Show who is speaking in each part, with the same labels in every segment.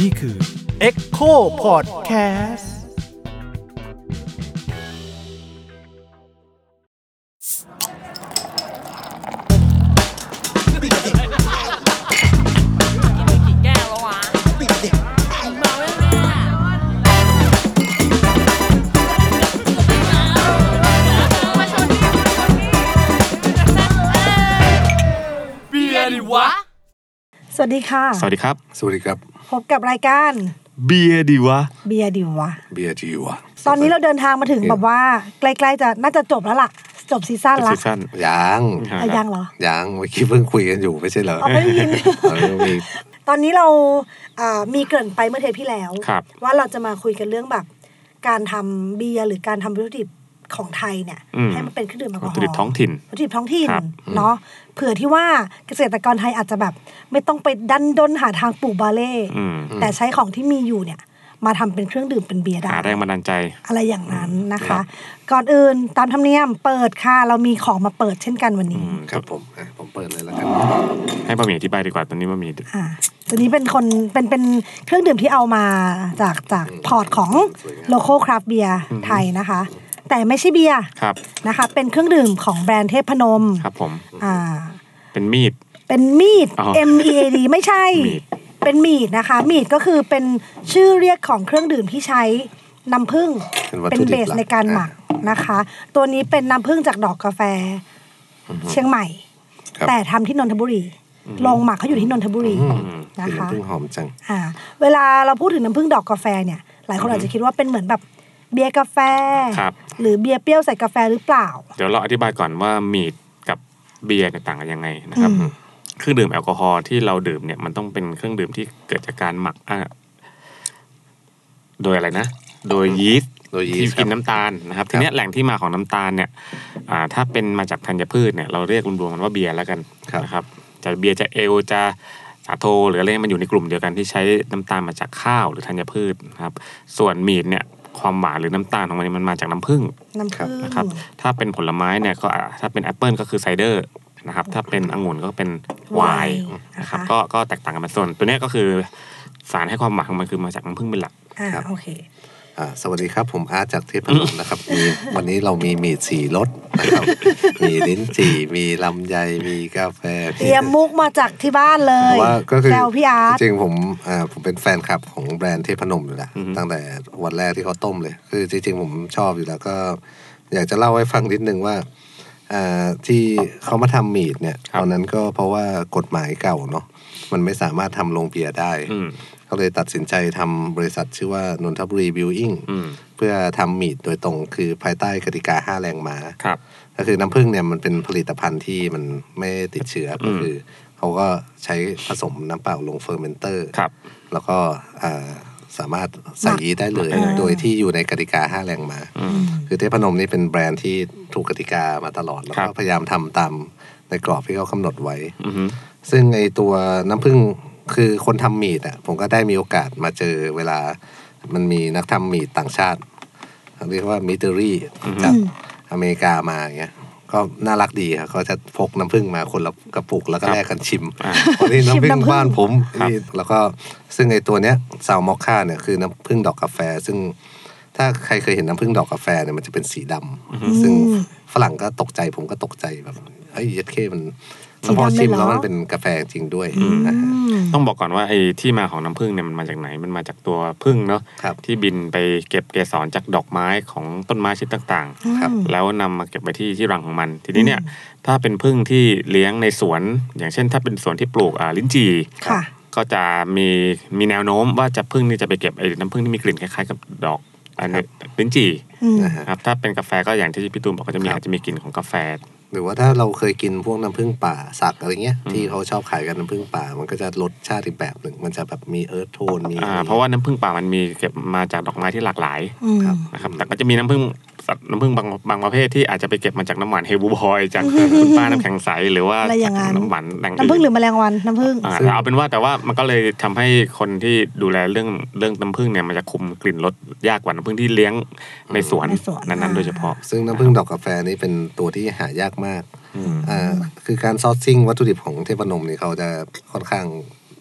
Speaker 1: นี่คือ Echo Podcast
Speaker 2: กี่แก้วแล้ววะเมาแล้วเนี่ยมาชนพี่มาชนพี่เบียร์ดิวะ
Speaker 3: สวัสดีค่ะ
Speaker 4: สวัสดีครับ
Speaker 5: สวัสดีครับ
Speaker 3: พบกับรายการ
Speaker 4: เบียร์ดีวะ
Speaker 3: เบียร์ดิวะ
Speaker 5: เบียร์จีวะ
Speaker 3: ตอนนี้เราเดินทางมาถึงแบบว่า ใกล้ๆจะน่าจะจบแล้วล่ะ จบซีซั่นละ
Speaker 4: ซีซั่น
Speaker 5: ยัง
Speaker 4: อ่ะ
Speaker 3: อ่ะยังเหรอ
Speaker 5: ยังเมื่อกี้เพิ่งคุยกันอยู่ไม่ใช่เหรอ
Speaker 3: เอาไม่ได้ยิน
Speaker 5: เออมี
Speaker 3: ตอนนี้เราอ่ามีเกริ่นไปเมื่อเทปที่แล้ว
Speaker 4: ครับ
Speaker 3: ว่าเราจะมาคุยกันเรื่องแบบ การทำเบียร์หรือการทำวัตถุดิบของไทยเนี่ย
Speaker 4: อืม
Speaker 3: ให้มันเป็นเครื่องดื่มแอลกอฮอ
Speaker 4: วัต
Speaker 3: ล์
Speaker 4: ถุดิบท้องถิ่น
Speaker 3: วัตถุดิบท้องถิ่น
Speaker 4: ครับ
Speaker 3: เนาะเผื่อที่ว่าเกษตรกรไทยอาจจะแบบ ไม่ต้องไปดันด้นหาทางปลูกบาเล่
Speaker 4: อืม
Speaker 3: แต่ใช้ของที่มีอยู่เนี่ย มาทำเป็นเครื่องดื่มเป็นเบียร์ได้
Speaker 4: หาแรงบันดาลใจ
Speaker 3: อะไรอย่างนั้นนะคะ ก่อนอื่นตามธรรมเนียมเปิดค่ะ เรามีของมาเปิดเช่นกันวันนี้
Speaker 5: ครับผมอ่ะผมเปิดเลยแล้วกัน
Speaker 4: ให้บะหมี่อธิบายดีกว่าตอนนี้บะหมี่
Speaker 3: อ่าตัวนี้เป็นคนเป็นเป็นเครื่องดื่มที่เอามาจากจากพอร์ตของโลโก้คราฟเบียไทยนะคะ แต่ไม่ใช่เบียร์
Speaker 4: ครับ
Speaker 3: นะคะ เป็นเครื่องดื่มของแบรนด์เทพนม
Speaker 4: ครับผม
Speaker 3: อ่า
Speaker 4: เป็นมีด
Speaker 3: เป็นมีด
Speaker 4: อ๋อ
Speaker 3: M E A D ไม่ใช่
Speaker 4: มีด
Speaker 3: เป็นมีดนะคะ มีดก็คือเป็นชื่อเรียกของเครื่องดื่มที่ใช้น้ำผึ้ง
Speaker 5: เป็นวัต
Speaker 3: เป็น
Speaker 5: ถุ
Speaker 3: เบ
Speaker 5: ดิบ
Speaker 3: ส
Speaker 5: หลัก
Speaker 3: ในการหมักนะคะ ตัวนี้เป็นน้ำผึ้งจากดอกกาแฟ เชียงใหม่
Speaker 5: ครับ
Speaker 3: แต่ทำที่นนทบุรี โรงหมักเขาอยู่ที่นนทบุรี
Speaker 5: อืม
Speaker 3: นะ
Speaker 5: กลิ่น
Speaker 3: คะ
Speaker 5: น้ำผึ้งหอมจัง
Speaker 3: อ่า เวลาเราพูดถึงน้ำผึ้งดอกกาแฟเนี่ย หลายคนอาจจะคิดว่าเป็นเหมือนแบบเบียร์กาแฟ
Speaker 4: ครับ
Speaker 3: หรือเบียร์เปรี้ยวใส่กาแฟหรือเปล่า
Speaker 4: เดี๋ยวเราอธิบายก่อนว่ามีดกับเบียร์เนี่ยต่างกันยังไงนะครับ เครื่องดื่มแอลกอฮอล์ที่เราดื่มเนี่ยมันต้องเป็นเครื่องดื่มที่เกิดจากการหมักอ่ะโดยอะไรนะ โดยยีสต์
Speaker 5: โดยยี
Speaker 4: ที่
Speaker 5: สต์ค
Speaker 4: กิน
Speaker 5: รับ
Speaker 4: น้ำตาลนะครับ
Speaker 5: ครับ
Speaker 4: ทีเนี้ยแหล่งที่มาของน้ำตาลเนี่ย อ่า ถ้าเป็นมาจากธัญพืชเนี่ยเราเรียกรวมๆมันว่าเบียร์แล้วกันนะครับจะเบียร์จะเอลจะสาโทหรืออะไรมันอยู่ในกลุ่มเดียวกันที่ใช้น้ำตาลมาจากข้าวหรือธัญพืชนะครับ ส่วนมีดเนี่ยความหวานหรือน้ำตาลของมันเนยมันมาจากน้ำผึ้ง
Speaker 3: น้ำผึ้ง
Speaker 4: นะครับถ้าเป็นผลไม้เนี่ยก็อ่าถ้าเป็นแอปเปิลก็คือไซเดอร์นะครับถ้าเป็นองุ่นก็เป็นไวน์
Speaker 3: ไวน์
Speaker 4: นะครับ
Speaker 3: นะคะ
Speaker 4: ก็ก็แตกต่างกันไปส่วน ตัวเนี้ยก็คือสารให้ความหมายของมันคือมาจากน้ำผึ้งเป็นหลัก
Speaker 3: อ่า
Speaker 5: ครับ
Speaker 3: โอเค
Speaker 5: อ่าสวัสดีครับ ผมอาร์ตจากเทพนม นะครับมีวันนี้เรามีมีดสีรสนะครับ มีลิ้นจี่มีลำไยมีกาแฟ
Speaker 3: เตรียมมุกมาจากที่บ้านเล
Speaker 5: เพ
Speaker 3: ย
Speaker 5: ราะว่าก็คือ
Speaker 3: แซวพี่อาร์ต
Speaker 5: จริงๆผมอ่าผมเป็นแฟนคลับของแบรนด์เทพนมอยู่แล้ว
Speaker 4: อือฮึ
Speaker 5: ตั้งแต่วันแรกที่เขาต้มเลย คือจริงๆผมชอบอยู่แล้วก็ อยากจะเล่าให้ฟังนิดนึงว่าอ่าที่เขามาทำมีดเนี่ย
Speaker 4: ครับ
Speaker 5: ตอนนั้นก็เพราะว่ากฎหมายเก่าเนาะมันไม่สามารถทำโรงเบียร์ได้
Speaker 4: อืม
Speaker 5: ก็เลยตัดสินใจทำบริษัทชื่อว่านนทบุรีบิวอิง
Speaker 4: อืม
Speaker 5: เพื่อทำมีดโดยตรงคือภายใต้กติกาห้าแรงม้า
Speaker 4: ครับ
Speaker 5: ก็คือน้ำผึ้งเนี่ยมันเป็นผลิตภัณฑ์ที่มันไม่ติดเชื้อ
Speaker 4: อื
Speaker 5: ก็
Speaker 4: ม
Speaker 5: คือเขาก็ใช้ผสมน้ำเปล่าลงเฟอร์เมนเตอร์
Speaker 4: ครับ
Speaker 5: แล้วก็อ่าสามารถใส่ยีสต์ได้เลย
Speaker 3: อ่า
Speaker 5: โดยที่อยู่ในกติกาห้าแรงมา
Speaker 4: อืม
Speaker 5: คือเทพนมนี่เป็นแบรนด์ที่ถูกกติกามาตลอด แล้ว
Speaker 4: ครั
Speaker 5: ก็
Speaker 4: บ
Speaker 5: พยายามทำตามในกรอบที่เขากำหนดไว้
Speaker 4: อือฮึ
Speaker 5: ซึ่งไอตัวน้ำผึ้งคือคนทำมีดอ่ะผมก็ได้มีโอกาสมาเจอเวลามันมีนักทำมีดต่างชาติเขาเรียกว่ามิเตอรี่จากอเมริกามาอย่างเงี้ยก็น่ารักดีครับเขาจะพกน้ำผึ้งมาคนละกระปุกแล้วก็แลกกันชิมคนนี้น้ำผึ้ง
Speaker 3: ชิมน้ำผึ้ง
Speaker 5: บ้านผมนี่แล้วก็ซึ่งไอตัวเนี้ยซาวมอคค่าเนี่ยคือน้ำผึ้งดอกกาแฟ ซึ่งถ้าใครเคยเห็นน้ำผึ้งดอกกาแฟเนี่ยมันจะเป็นสีดำซึ่งฝรั่งก็ตกใจผมก็ตกใจแบบเอ้ยเย็ดเข้มันแล้วพอชิมแล้วมันเป็น เป็นกาแฟจริงด้วยนะฮะ
Speaker 4: ต้องบอกก่อนว่าไอ้ที่มาของน้ำผึ้งเนี่ยมันมาจากไหนมันมาจากตัวผึ้งเนาะ
Speaker 5: ครับ
Speaker 4: ที่บินไปเก็บเกสรจากดอกไม้ของต้นไม้ชนิดต่างๆ
Speaker 5: ครับ
Speaker 4: แล้วนำมาเก็บไว้ที่ที่รังของมัน ทีนี้เนี่ยถ้าเป็นผึ้งที่เลี้ยงในสวน อย่างเช่น ถ้าเป็นสวนที่ปลูกอ่าลิ้นจี่
Speaker 3: ค่ะ
Speaker 4: ก็จะมีมีแนวโน้มว่าจะผึ้งนี่จะไปเก็บไอ้น้ำผึ้งที่มีกลิ่นคล้ายๆกับดอกอันนี้ลิ้นจี่
Speaker 3: อืม
Speaker 5: นะฮะ
Speaker 4: นะครับถ้าเป็นกาแฟก็อย่างที่พี่ตูนบอกก็จะมี
Speaker 5: ครับ
Speaker 4: อาจจะมีกลิ่นของกาแฟ
Speaker 5: หรือว่าถ้าเราเคยกินพวกน้ำผึ้งป่าสักอะไรเงี้ย ที่เขาชอบขายกันน้ำผึ้งป่า มันก็จะรสชาติอีกแบบหนึ่ง มันจะแบบมีเอิร์ธโทนมี
Speaker 4: อ่า เพราะว่าน้ำผึ้งป่ามันมีเก็บมาจากดอกไม้ที่หลากหลาย
Speaker 3: อืม
Speaker 5: ครับ
Speaker 4: นะครับแต่ก็จะมีน้ำผึ้งสัตว์น้ำผึ้งบางบางประเภทที่อาจจะไปเก็บมาจากน้ำหวานเฮบูบอยจากคุณป้าน้ำแข็งใสหรือว่า
Speaker 3: อะไรอย่างนั้
Speaker 4: จาก
Speaker 3: น
Speaker 4: น้ำหวานแหล่งอื่
Speaker 3: น้ำผึ้ง
Speaker 4: น
Speaker 3: หรือแมลงวันน้ำผึ้ง
Speaker 4: อ่า
Speaker 5: ซึ่ง
Speaker 4: แต่เอาเป็นว่าแต่ว่ามันก็เลยทำให้คนที่ดูแลเรื่องเรื่องน้ำผึ้งเนี่ยมันจะคุมกลิ่นรสยากกว่าน้ำผึ้งที่เลี้ยงในสวน
Speaker 3: ในสวน
Speaker 4: นั้น
Speaker 3: อ่า
Speaker 4: ๆโดยเฉพาะ
Speaker 5: ซึ่งน้ำผึ้งดอกกาแฟนี่เป็นตัวที่หายากมาก อ่าคือการซอร์ซิ่งวัตถุดิบของเทพนมนี่เขาจะค่อนข้าง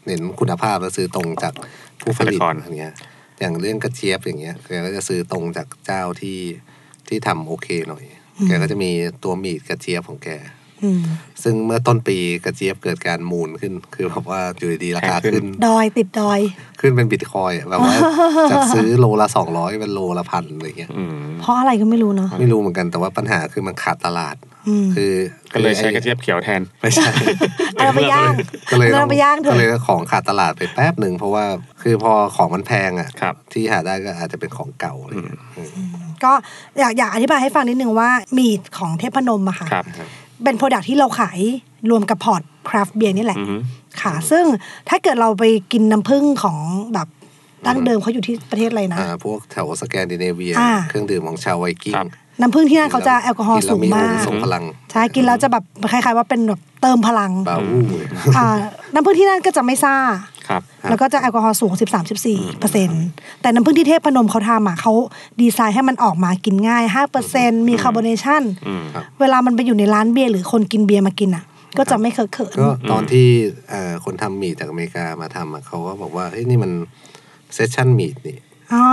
Speaker 5: เน้นคุณภาพและซื้อตรงจากผู้ผลิต
Speaker 4: เกษตรกร
Speaker 5: อย่างเงี้ยอย่างเรื่องกระเจี๊ยบอย่างเงี้ยแกก็จะซื้อตรงจากเจ้าที่ที่ทำโอเคหน่อยแกก็จะมีตัวหมีดกระเจี๊ยบของแก
Speaker 3: อืม
Speaker 5: ซึ่งเมื่อต้นปีกระเจี๊ยบเกิดการมูลขึ้น คือแบบว่าอยู่ดีๆราคา
Speaker 4: แพงขึ้น
Speaker 5: ขึ้น
Speaker 3: ดอยติดดอย
Speaker 5: ขึ้นเป็นบิตคอยน์อะแบบ ว่า จากซื้อโลละสองร้อยเป็นโลละพันอะไรเงี้ย
Speaker 4: อืม
Speaker 3: เพราะอะไรก็ไม่รู้เนาะ
Speaker 5: ไม่รู้เหมือนกันแต่ว่าปัญหาคือมันขาดตลาด
Speaker 3: อืม
Speaker 5: คือ
Speaker 4: ก็เลยใช้กระ
Speaker 5: คือไอ้
Speaker 4: เจี๊ยบเขียวแทน
Speaker 5: ไม่ใช่
Speaker 3: เอาเราไปย่าง
Speaker 5: ก็เลย
Speaker 3: เริ่
Speaker 5: ต้อ
Speaker 3: ม
Speaker 5: ง
Speaker 3: ไปย่างเถอะ
Speaker 5: ก็เลยของขาดตลาดไปแป๊บหนึ่งเพราะว่าคือพอของมันแพงอ่ะ
Speaker 4: ครับ
Speaker 5: ที่หาได้ก็อาจจะเป็นของเก่าอะไรเงี้ยอืม
Speaker 3: ก็อยากอยากอธิบายให้ฟังนิดนึงว่ามีดของเทพนมอะค่ะ
Speaker 4: ครับ
Speaker 3: เป็นโปรดักที่เราขายรวมกับพอร์ตคราฟเบียร์นี่แหละ
Speaker 4: อือฮึ
Speaker 3: ค่ะ ซึ่งถ้าเกิดเราไปกินน้ำผึ้งของแบบดั้งเดิมเขาอยู่ที่ประเทศอะไรนะ
Speaker 5: อ่าพวกแถวสแกนดิเนเวีย
Speaker 3: อ่า
Speaker 5: เครื่องดื่มของชาวไวกิ้ง
Speaker 4: ครับ
Speaker 3: น้ำผึ้งที่นั่นเขาจะแอลกอฮอล์
Speaker 5: น
Speaker 3: สู
Speaker 5: แว
Speaker 3: งมา
Speaker 5: อ
Speaker 3: ก
Speaker 5: งค์ทรงพลัง
Speaker 3: ใช่กินแล้วจะแบบคล้ายๆว่าเป็นแบบเติมพลัง
Speaker 5: บาวู้เลย
Speaker 3: อ่าน้ำผึ้งที่นั่นก็จะไม่ซ่า
Speaker 4: ครับ
Speaker 5: ครับ
Speaker 3: แล้วก็จะแอลกอฮอล์สูง 13-14เปอร์เซ็นต์แต่น้ำผึ้งที่เทพพนมเขาทำอ่ะเขาดีไซน์ให้มันออกมากินง่าย5เปอร์เซ็นต์มีคาร์บอเนชัน
Speaker 4: อืม
Speaker 3: เวลามันไปอยู่ในร้านเบียร์หรือคนกินเบียร์มากินอ่ะ ก็จะไม่เคอะเขิน
Speaker 5: ก็ตอนที่เอ่อคนทำหมีดจากอเมริกามาทำอะเขาก็บอกว่าเฮ้ยนี่มันเซสชั่นหมีดนี่
Speaker 3: อ๋อ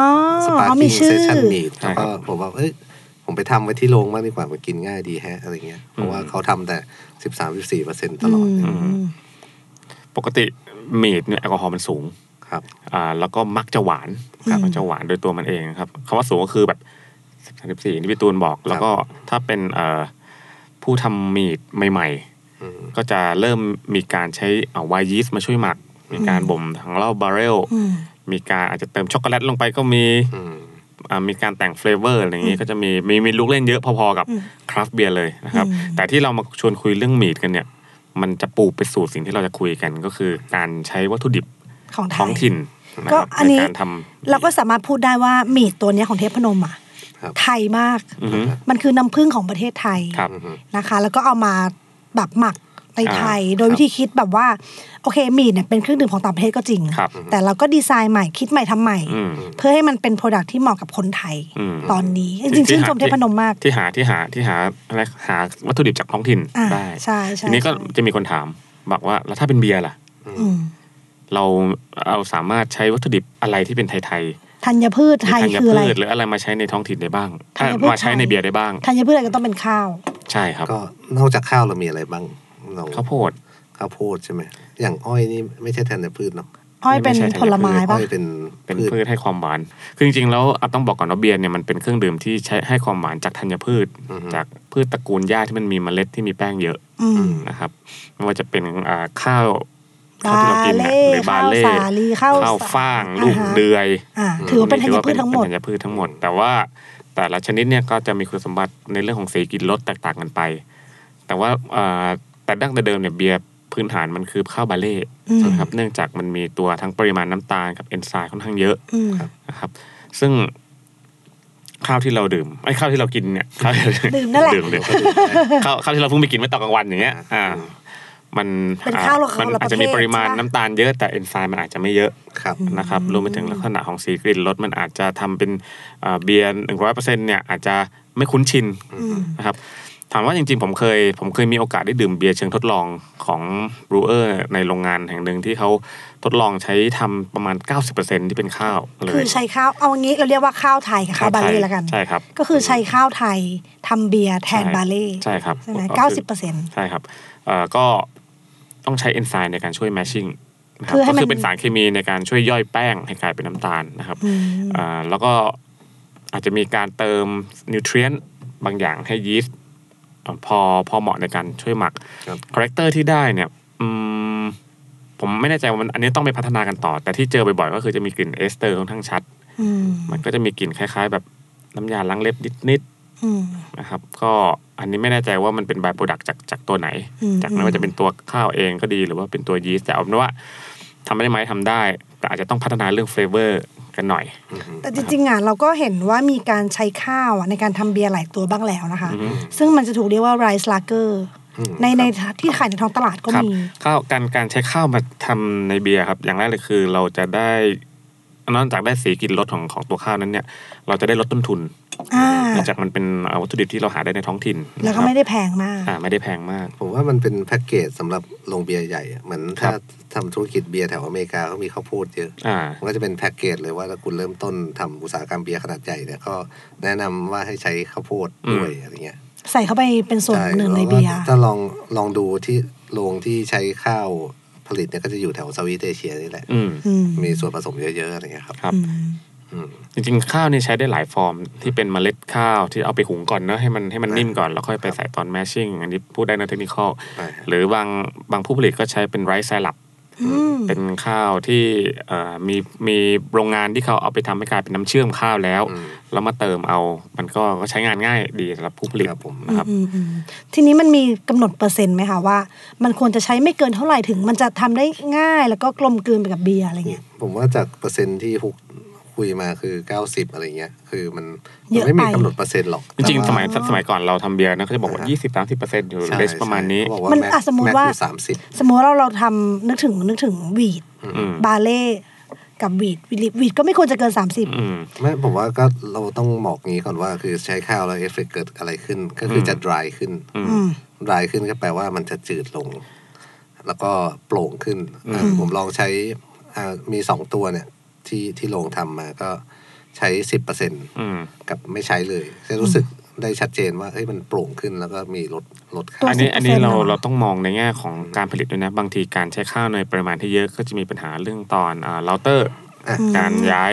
Speaker 5: สปาร์
Speaker 3: เขามี
Speaker 5: กิ้ง
Speaker 3: ชื่
Speaker 5: เซส
Speaker 3: อ
Speaker 5: ชั่นหมีด
Speaker 4: ใช่
Speaker 5: แล้ว
Speaker 4: ครั
Speaker 5: ก็
Speaker 4: บ
Speaker 5: ผมว่าเอ้ยผมไปทำไว้ที่โรงมากดีกว่ามันกินง่ายดีแฮะอะไรเงี้ยเพราะว่าเขาทำแต่สิบสามสิบสี่เปอร์เซ็นต์ตลอด
Speaker 3: อืม
Speaker 4: ปกติเมดเนี่ยแอลกอฮอล์มันสูง
Speaker 5: ครับ
Speaker 4: อ่าแล้วก็มักจะหวานครับมักจะหวานโดยตัวมันเองครับคำว่าสูงก็คือแบบสิบสี่ที่พี่ตูนบอก แล้วก็ถ้าเป็นเอ่อผู้ทำเมดใหม่
Speaker 5: อืม
Speaker 4: ๆ ก็จะเริ่มมีการใช้เอาไวน์ยีสต์มาช่วยหมัก มีการบ่มทางเหล้าบาร์เรล
Speaker 3: อืม
Speaker 4: มีการอาจจะเติมช็อกโกแลตลงไปก็มี
Speaker 5: อืม
Speaker 4: อ่ามีการแต่งเฟลเวอร์อะไรอย่างนี้ก็จะมีมีมีลูกเล่นเยอะพอๆกับคราฟต์เบียร์เลยนะครับ แต่ที่เรามาชวนคุยเรื่องมีดกันเนี่ย มันจะปูไปสู่สิ่งที่เราจะคุยกันก็คือการใช้วัตถุดิบ
Speaker 3: ของไท
Speaker 4: ท้อง
Speaker 3: ย
Speaker 4: ถิ่นนะ
Speaker 3: ก็
Speaker 4: ครับ
Speaker 3: อันนี้
Speaker 4: ในการทำ
Speaker 3: เราก็สามารถพูดได้ว่าหมีดตัวเนี้ยของเทพนมอ่ะ
Speaker 5: ครับ
Speaker 3: ไทยมาก
Speaker 4: อือฮึ
Speaker 3: มันคือน้ำผึ้งของประเทศไทย
Speaker 4: ครับ
Speaker 3: นะคะ แล้วก็เอามาแบบหมักในไทย โดย
Speaker 4: ครับ
Speaker 3: วิธีคิดแบบว่าโอเคหมีดเนี่ยเป็นเครื่องดื่มของต่างประเทศก็จริง
Speaker 4: ครับ
Speaker 3: แต่เราก็ดีไซน์ใหม่คิดใหม่ทำใหม่
Speaker 4: อืม
Speaker 3: เพื่อให้มันเป็นโปรดักที่เหมาะกับคนไทย
Speaker 4: อืม
Speaker 3: ตอนนี้จริงๆชื่นชมเทพนมมาก
Speaker 4: ที่หาที่หาที่หาอะไรหาวัตถุดิบจากท้องถิ่น
Speaker 3: อ่า
Speaker 4: ได้
Speaker 3: ใช่ใช่
Speaker 4: ทีนี้ก็
Speaker 3: ใช่
Speaker 4: จะมีคนถามบอกว่าแล้วถ้าเป็นเบียร์ล่ะ
Speaker 3: อืม
Speaker 4: เราเราสามารถใช้วัตถุดิบอะไรที่เป็นไทย
Speaker 3: ธัญพืช
Speaker 4: ๆหรือ
Speaker 3: ไทย
Speaker 4: ธัญ
Speaker 3: คืออะไร
Speaker 4: พืชหรืออะไรมาใช้ในท้องถิ่นได้บ้าง
Speaker 3: ธัญพืช
Speaker 4: อ่ะมาใช้
Speaker 3: ไทย
Speaker 4: ในเบียร์ได้บ้าง
Speaker 3: ธัญพืชอะไรก็ต้องเป็นข้าว
Speaker 4: ใช่ครับ
Speaker 5: ก็นอกจากข้าวเรามีอะไรบ้างเรา
Speaker 4: ข้าวโพด
Speaker 5: ข้าวโพดใช่ไหมอย่างอ้อยนี่ไม่ใช่ธัญพืชเนาะ
Speaker 3: อ้อย
Speaker 4: ไม่
Speaker 3: เป็น
Speaker 4: ใช่
Speaker 3: ผลไม้
Speaker 5: อ้
Speaker 4: ธัญพืช
Speaker 3: ปะ
Speaker 5: อยเป็น
Speaker 4: เป็น
Speaker 5: พืช
Speaker 4: พืชให้ความหวาน คือจริงๆ แล้วอ่ะต้องบอกก่อนว่าเบียร์เนี่ยมันเป็นเครื่องดื่มที่ใช้ให้ความหวานจากธัญพืช
Speaker 5: อือฮึ
Speaker 4: จากพืชตระกูลหญ้าที่มันมีเมล็ดที่มีแป้งเยอะ
Speaker 3: อืม
Speaker 4: นะครับไม่ว่าจะเป็นอ่าข้าวข้าว
Speaker 3: บา
Speaker 4: ที่เรากิน
Speaker 3: เล่
Speaker 4: น่ะหรือบา
Speaker 3: ข้าว
Speaker 4: เล่
Speaker 3: สาลีข้าว
Speaker 4: ข้าวฟ่าง
Speaker 3: า
Speaker 4: ลูก
Speaker 3: ฮะ
Speaker 4: เดือย
Speaker 3: อ่าถือว่าเป็นธัญพืชทั้งหมด
Speaker 4: เป็นธัญพืชทั้งหมด แต่ว่าแต่ละชนิดเนี่ยก็จะมีคุณสมบัติในเรื่องของสีกลิ่นรสแตกต่างกันไป แต่ว่าอ่าแต่ดั้งแต่เดิมเนี่ยเบียร์พื้นฐานมันคือข้าวบาเล่ใช่ไหมครับเนื่องจากมันมีตัวทั้งปริมาณน้ำตาลกับเอนไซม์ค่อนข้างเยอะ
Speaker 3: อืม
Speaker 4: นะครับซึ่งข้าวที่เราดื่มไอ้ยข้าวที่เรากินเนี่ยข้าวที่เรา
Speaker 3: ดื่มนั่นแหละ
Speaker 4: ดื่มดื่มข้าวข้าวที่เราเพิ่งไปกินเมื่อตอนกลางวันอย่างเงี้ยอ่ามัน
Speaker 3: เป็นข้าวเราคนละ
Speaker 4: มันอาจจะมี
Speaker 3: ประเภท
Speaker 4: ปริมาณ
Speaker 3: ใช่ปะ
Speaker 4: น้ำตาลเยอะแต่เอนไซม์มันอาจจะไม่เยอะ
Speaker 5: ครับ
Speaker 4: นะครับรวมไปถึงลักษณะของสีกลิ่นรสมันอาจจะทำเป็นเอ่อเบียร์หนึ่งร้อยเปอร์เซ็นต์เนี่ยอาจจะไม่คุ้นชินนะครับถามว่าจริงๆผมเคย ผมเคยมีโอกาสได้ดื่มเบียร์เชิงทดลองของบรูเออร์ในโรงงานแห่งหนึ่งที่เขาทดลองใช้ทำประมาณ 90%ที่เป็นข้าวเลย
Speaker 3: คือใช้ข้าวเอางี้เราเรียกว่าข้าวไทยกับข้าวบาเล่แล้วกัน
Speaker 4: ใช่ครับ
Speaker 3: ก็คือใช้ข้าวไทยทำเบียร์แทน
Speaker 4: ใช่
Speaker 3: บาเล่
Speaker 4: ใช่ครับ
Speaker 3: ใช่ไหม
Speaker 4: ก็คือ
Speaker 3: เก้าสิบเปอร์เซ็นต์
Speaker 4: ใช่ครับเอ่อก็ต้องใช้เอนไซม์ในการช่วยแมชชิ่งนะครับ
Speaker 3: คือให้
Speaker 4: ก็
Speaker 3: มัน
Speaker 4: คือเป็นสารเคมีในการช่วยย่อยแป้งให้กลายเป็นน้ำตาลนะครับเอ่อแล้วก็อาจจะมีการเติมนิวทรีนบางอย่างให้ยีสต์เอ่อพอพอเหมาะในการช่วยหมัก
Speaker 5: ครับ
Speaker 4: คาแรคเตอร์ที่ได้เนี่ยอืมผมไม่แน่ใจว่ามันอันนี้ต้องไปพัฒนากันต่อ แต่ที่เจอบ่อยๆก็คือจะมีกลิ่นเอสเตอร์ค่อนข้างชัด
Speaker 3: อืม
Speaker 4: มันก็จะมีกลิ่นคล้าย ๆ แบบน้ำยาล้างเล็บนิดๆ
Speaker 3: อืม
Speaker 4: นะครับก็อันนี้ไม่แน่ใจว่ามันเป็นบายโปรดักจากจากตัวไหน
Speaker 3: อืม
Speaker 4: จากไม่ว่าจะเป็นตัวข้าวเองก็ดีหรือว่าเป็นตัวยีสต์แต่เอาเป็นว่าทำได้ไหมทำได้ แต่อาจจะต้องพัฒนาเรื่องเฟลเวอร์กันหน่อย
Speaker 3: แต่จริงๆอ่ะเราก็เห็นว่ามีการใช้ข้าวอ่ะในการทำเบียร์หลายตัวบ้างแล้วนะคะ ซึ่งมันจะถูกเรียกว่าไรซ์ลาเกอร์ในในที่ขายในท้องตลาดก็
Speaker 4: ครับ
Speaker 3: มี
Speaker 4: ข้าวการการใช้ข้าวมาทำในเบียร์ครับ อย่างแรกเลยคือเราจะได้นอกจากได้สีกลิ่นรสของของตัวข้าวนั้นเนี่ย เราจะได้ลดต้นทุน
Speaker 3: อ่า
Speaker 4: เนื่องจากมันเป็นเอ่อวัตถุดิบที่เราหาได้ในท้องถิ่น
Speaker 3: แล้วก็ไม่ได้แพงมาก
Speaker 4: อ่าไม่ได้แพงมาก
Speaker 5: ผมว่ามันเป็นแพ็กเกจสำหรับโรงเบียร์ใหญ่อะเหมือนถ้าทำธุรกิจเบียร์แถวอเมริกาเขามีข้าวโพดเยอะ
Speaker 4: อ่า
Speaker 5: มันก็จะเป็นแพ็กเกจเลยว่าถ้าคุณเริ่มต้นทำอุตสาหกรรมเบียร์ขนาดใหญ่เนี่ยก็แนะนำว่าให้ใช้ข้าวโพดด้วยอะไรเงี้ย
Speaker 3: ใส่เข้าไปเป็นส่วน
Speaker 5: ใช่
Speaker 3: หนึ่งใน
Speaker 5: แล้วก็
Speaker 3: เบียร์
Speaker 5: ถ้าลองลองดูที่โรงที่ใช้ข้าวผลิตเนี่ยก็จะอยู่แถวเซาท์อีสต์เอเชียนี่แหละ
Speaker 4: อืม
Speaker 3: อืม
Speaker 5: มีส่วนผสมเยอะๆอะไรเงี้ยครับ
Speaker 4: ครับ
Speaker 3: อืม
Speaker 5: อืม
Speaker 4: จริงๆ ข้าวเนี่ยใช้ได้หลายฟอร์มที่เป็นเมล็ดข้าวที่เอาไปหุงก่อนเนอะให้มันให้มัน
Speaker 5: ครับ
Speaker 4: นิ่มก่อนแล้วค่อยไปใส่ตอนแมชชิ่งอันนี้พูดได้นะเทคนิคอล
Speaker 5: ใช่ครับ
Speaker 4: หรือบางบางผู้ผลิตก็ใช้เป็นไรซ์ไซรัป
Speaker 3: อืม
Speaker 4: เป็นข้าวที่เอ่อมีมีโรงงานที่เขาเอาไปทำให้กลายเป็นน้ำเชื่อมข้าวแล้ว
Speaker 5: อืม
Speaker 4: แล้วมาเติมเอา มันก็ก็ใช้งานง่ายดีสำหรับผู้ผลิต
Speaker 5: ครับผม
Speaker 4: นะครับ
Speaker 3: อืมอืมทีนี้มันมีกำหนดเปอร์เซ็นต์ไหมคะว่า มันควรจะใช้ไม่เกินเท่าไหร่ถึง มันจะทำได้ง่ายแล้วก็กลมกลืนไปกับเบียร์อะไรเงี้ย
Speaker 5: ผมว่าจากเปอร์เซ็นต์ที่ฮุกคุยมาคือ 90 อะไรเงี้ย คือมัน
Speaker 3: เย
Speaker 5: มัน
Speaker 3: อะไป
Speaker 5: ไม่มีกำหนดเปอร์เซ็นต์หรอก
Speaker 4: จริงๆ ส
Speaker 5: แต่ว่า
Speaker 4: มัยสมัยก่อนเราทำเบียร์นะเขาจะบอกว่า 20 30เปอร์เซ็นต์อยู่
Speaker 5: ใช่
Speaker 4: เลสประมาณนี้
Speaker 5: เขาบอกว่า
Speaker 3: มัน
Speaker 5: แก
Speaker 3: อ่ะสมมุติ
Speaker 5: แก
Speaker 3: ว่า
Speaker 5: อยู่สามสิบ
Speaker 3: สมมติว่าเราเราทำนึกถึงนึกถึงวีด
Speaker 4: อืม
Speaker 3: บาเล่กับวีดวีดก็ไม่ควรจะเกิน 30
Speaker 4: อืม
Speaker 5: ไม่ผมว่าก็เราต้องบอกงี้ก่อนว่าคือใช้ข้าวแล้วเอฟเฟกเกิดอะไรขึ้น ก็คือจะ dry ขึ้น
Speaker 3: อืม
Speaker 5: dry ขึ้นก็แปลว่ามันจะจืดลง แล้วก็โปร่งขึ้นอ่ะผมลองใช้อ่ามีสองตัวเนี่ย ที่ที่โรงทำมาก็ใช้สิบเปอร์เซ็น
Speaker 4: อืม
Speaker 5: กับไม่ใช้เลยจะรู้สึกได้ชัดเจนว่าเอ้ยมันโปร่งขึ้นแล้วก็มีลดลด
Speaker 3: ตั
Speaker 5: ค่า
Speaker 3: ว
Speaker 4: อันนี้
Speaker 3: 10%
Speaker 4: อันนี้เรา
Speaker 3: เนอะ
Speaker 4: เราต้องมองในแง่ของการผลิตด้วยนะบางทีการใช้ข้าวในปริมาณที่เยอะก็จะมีปัญหาเรื่องตอนเราเตอร์
Speaker 5: อ่ะ
Speaker 4: การย้าย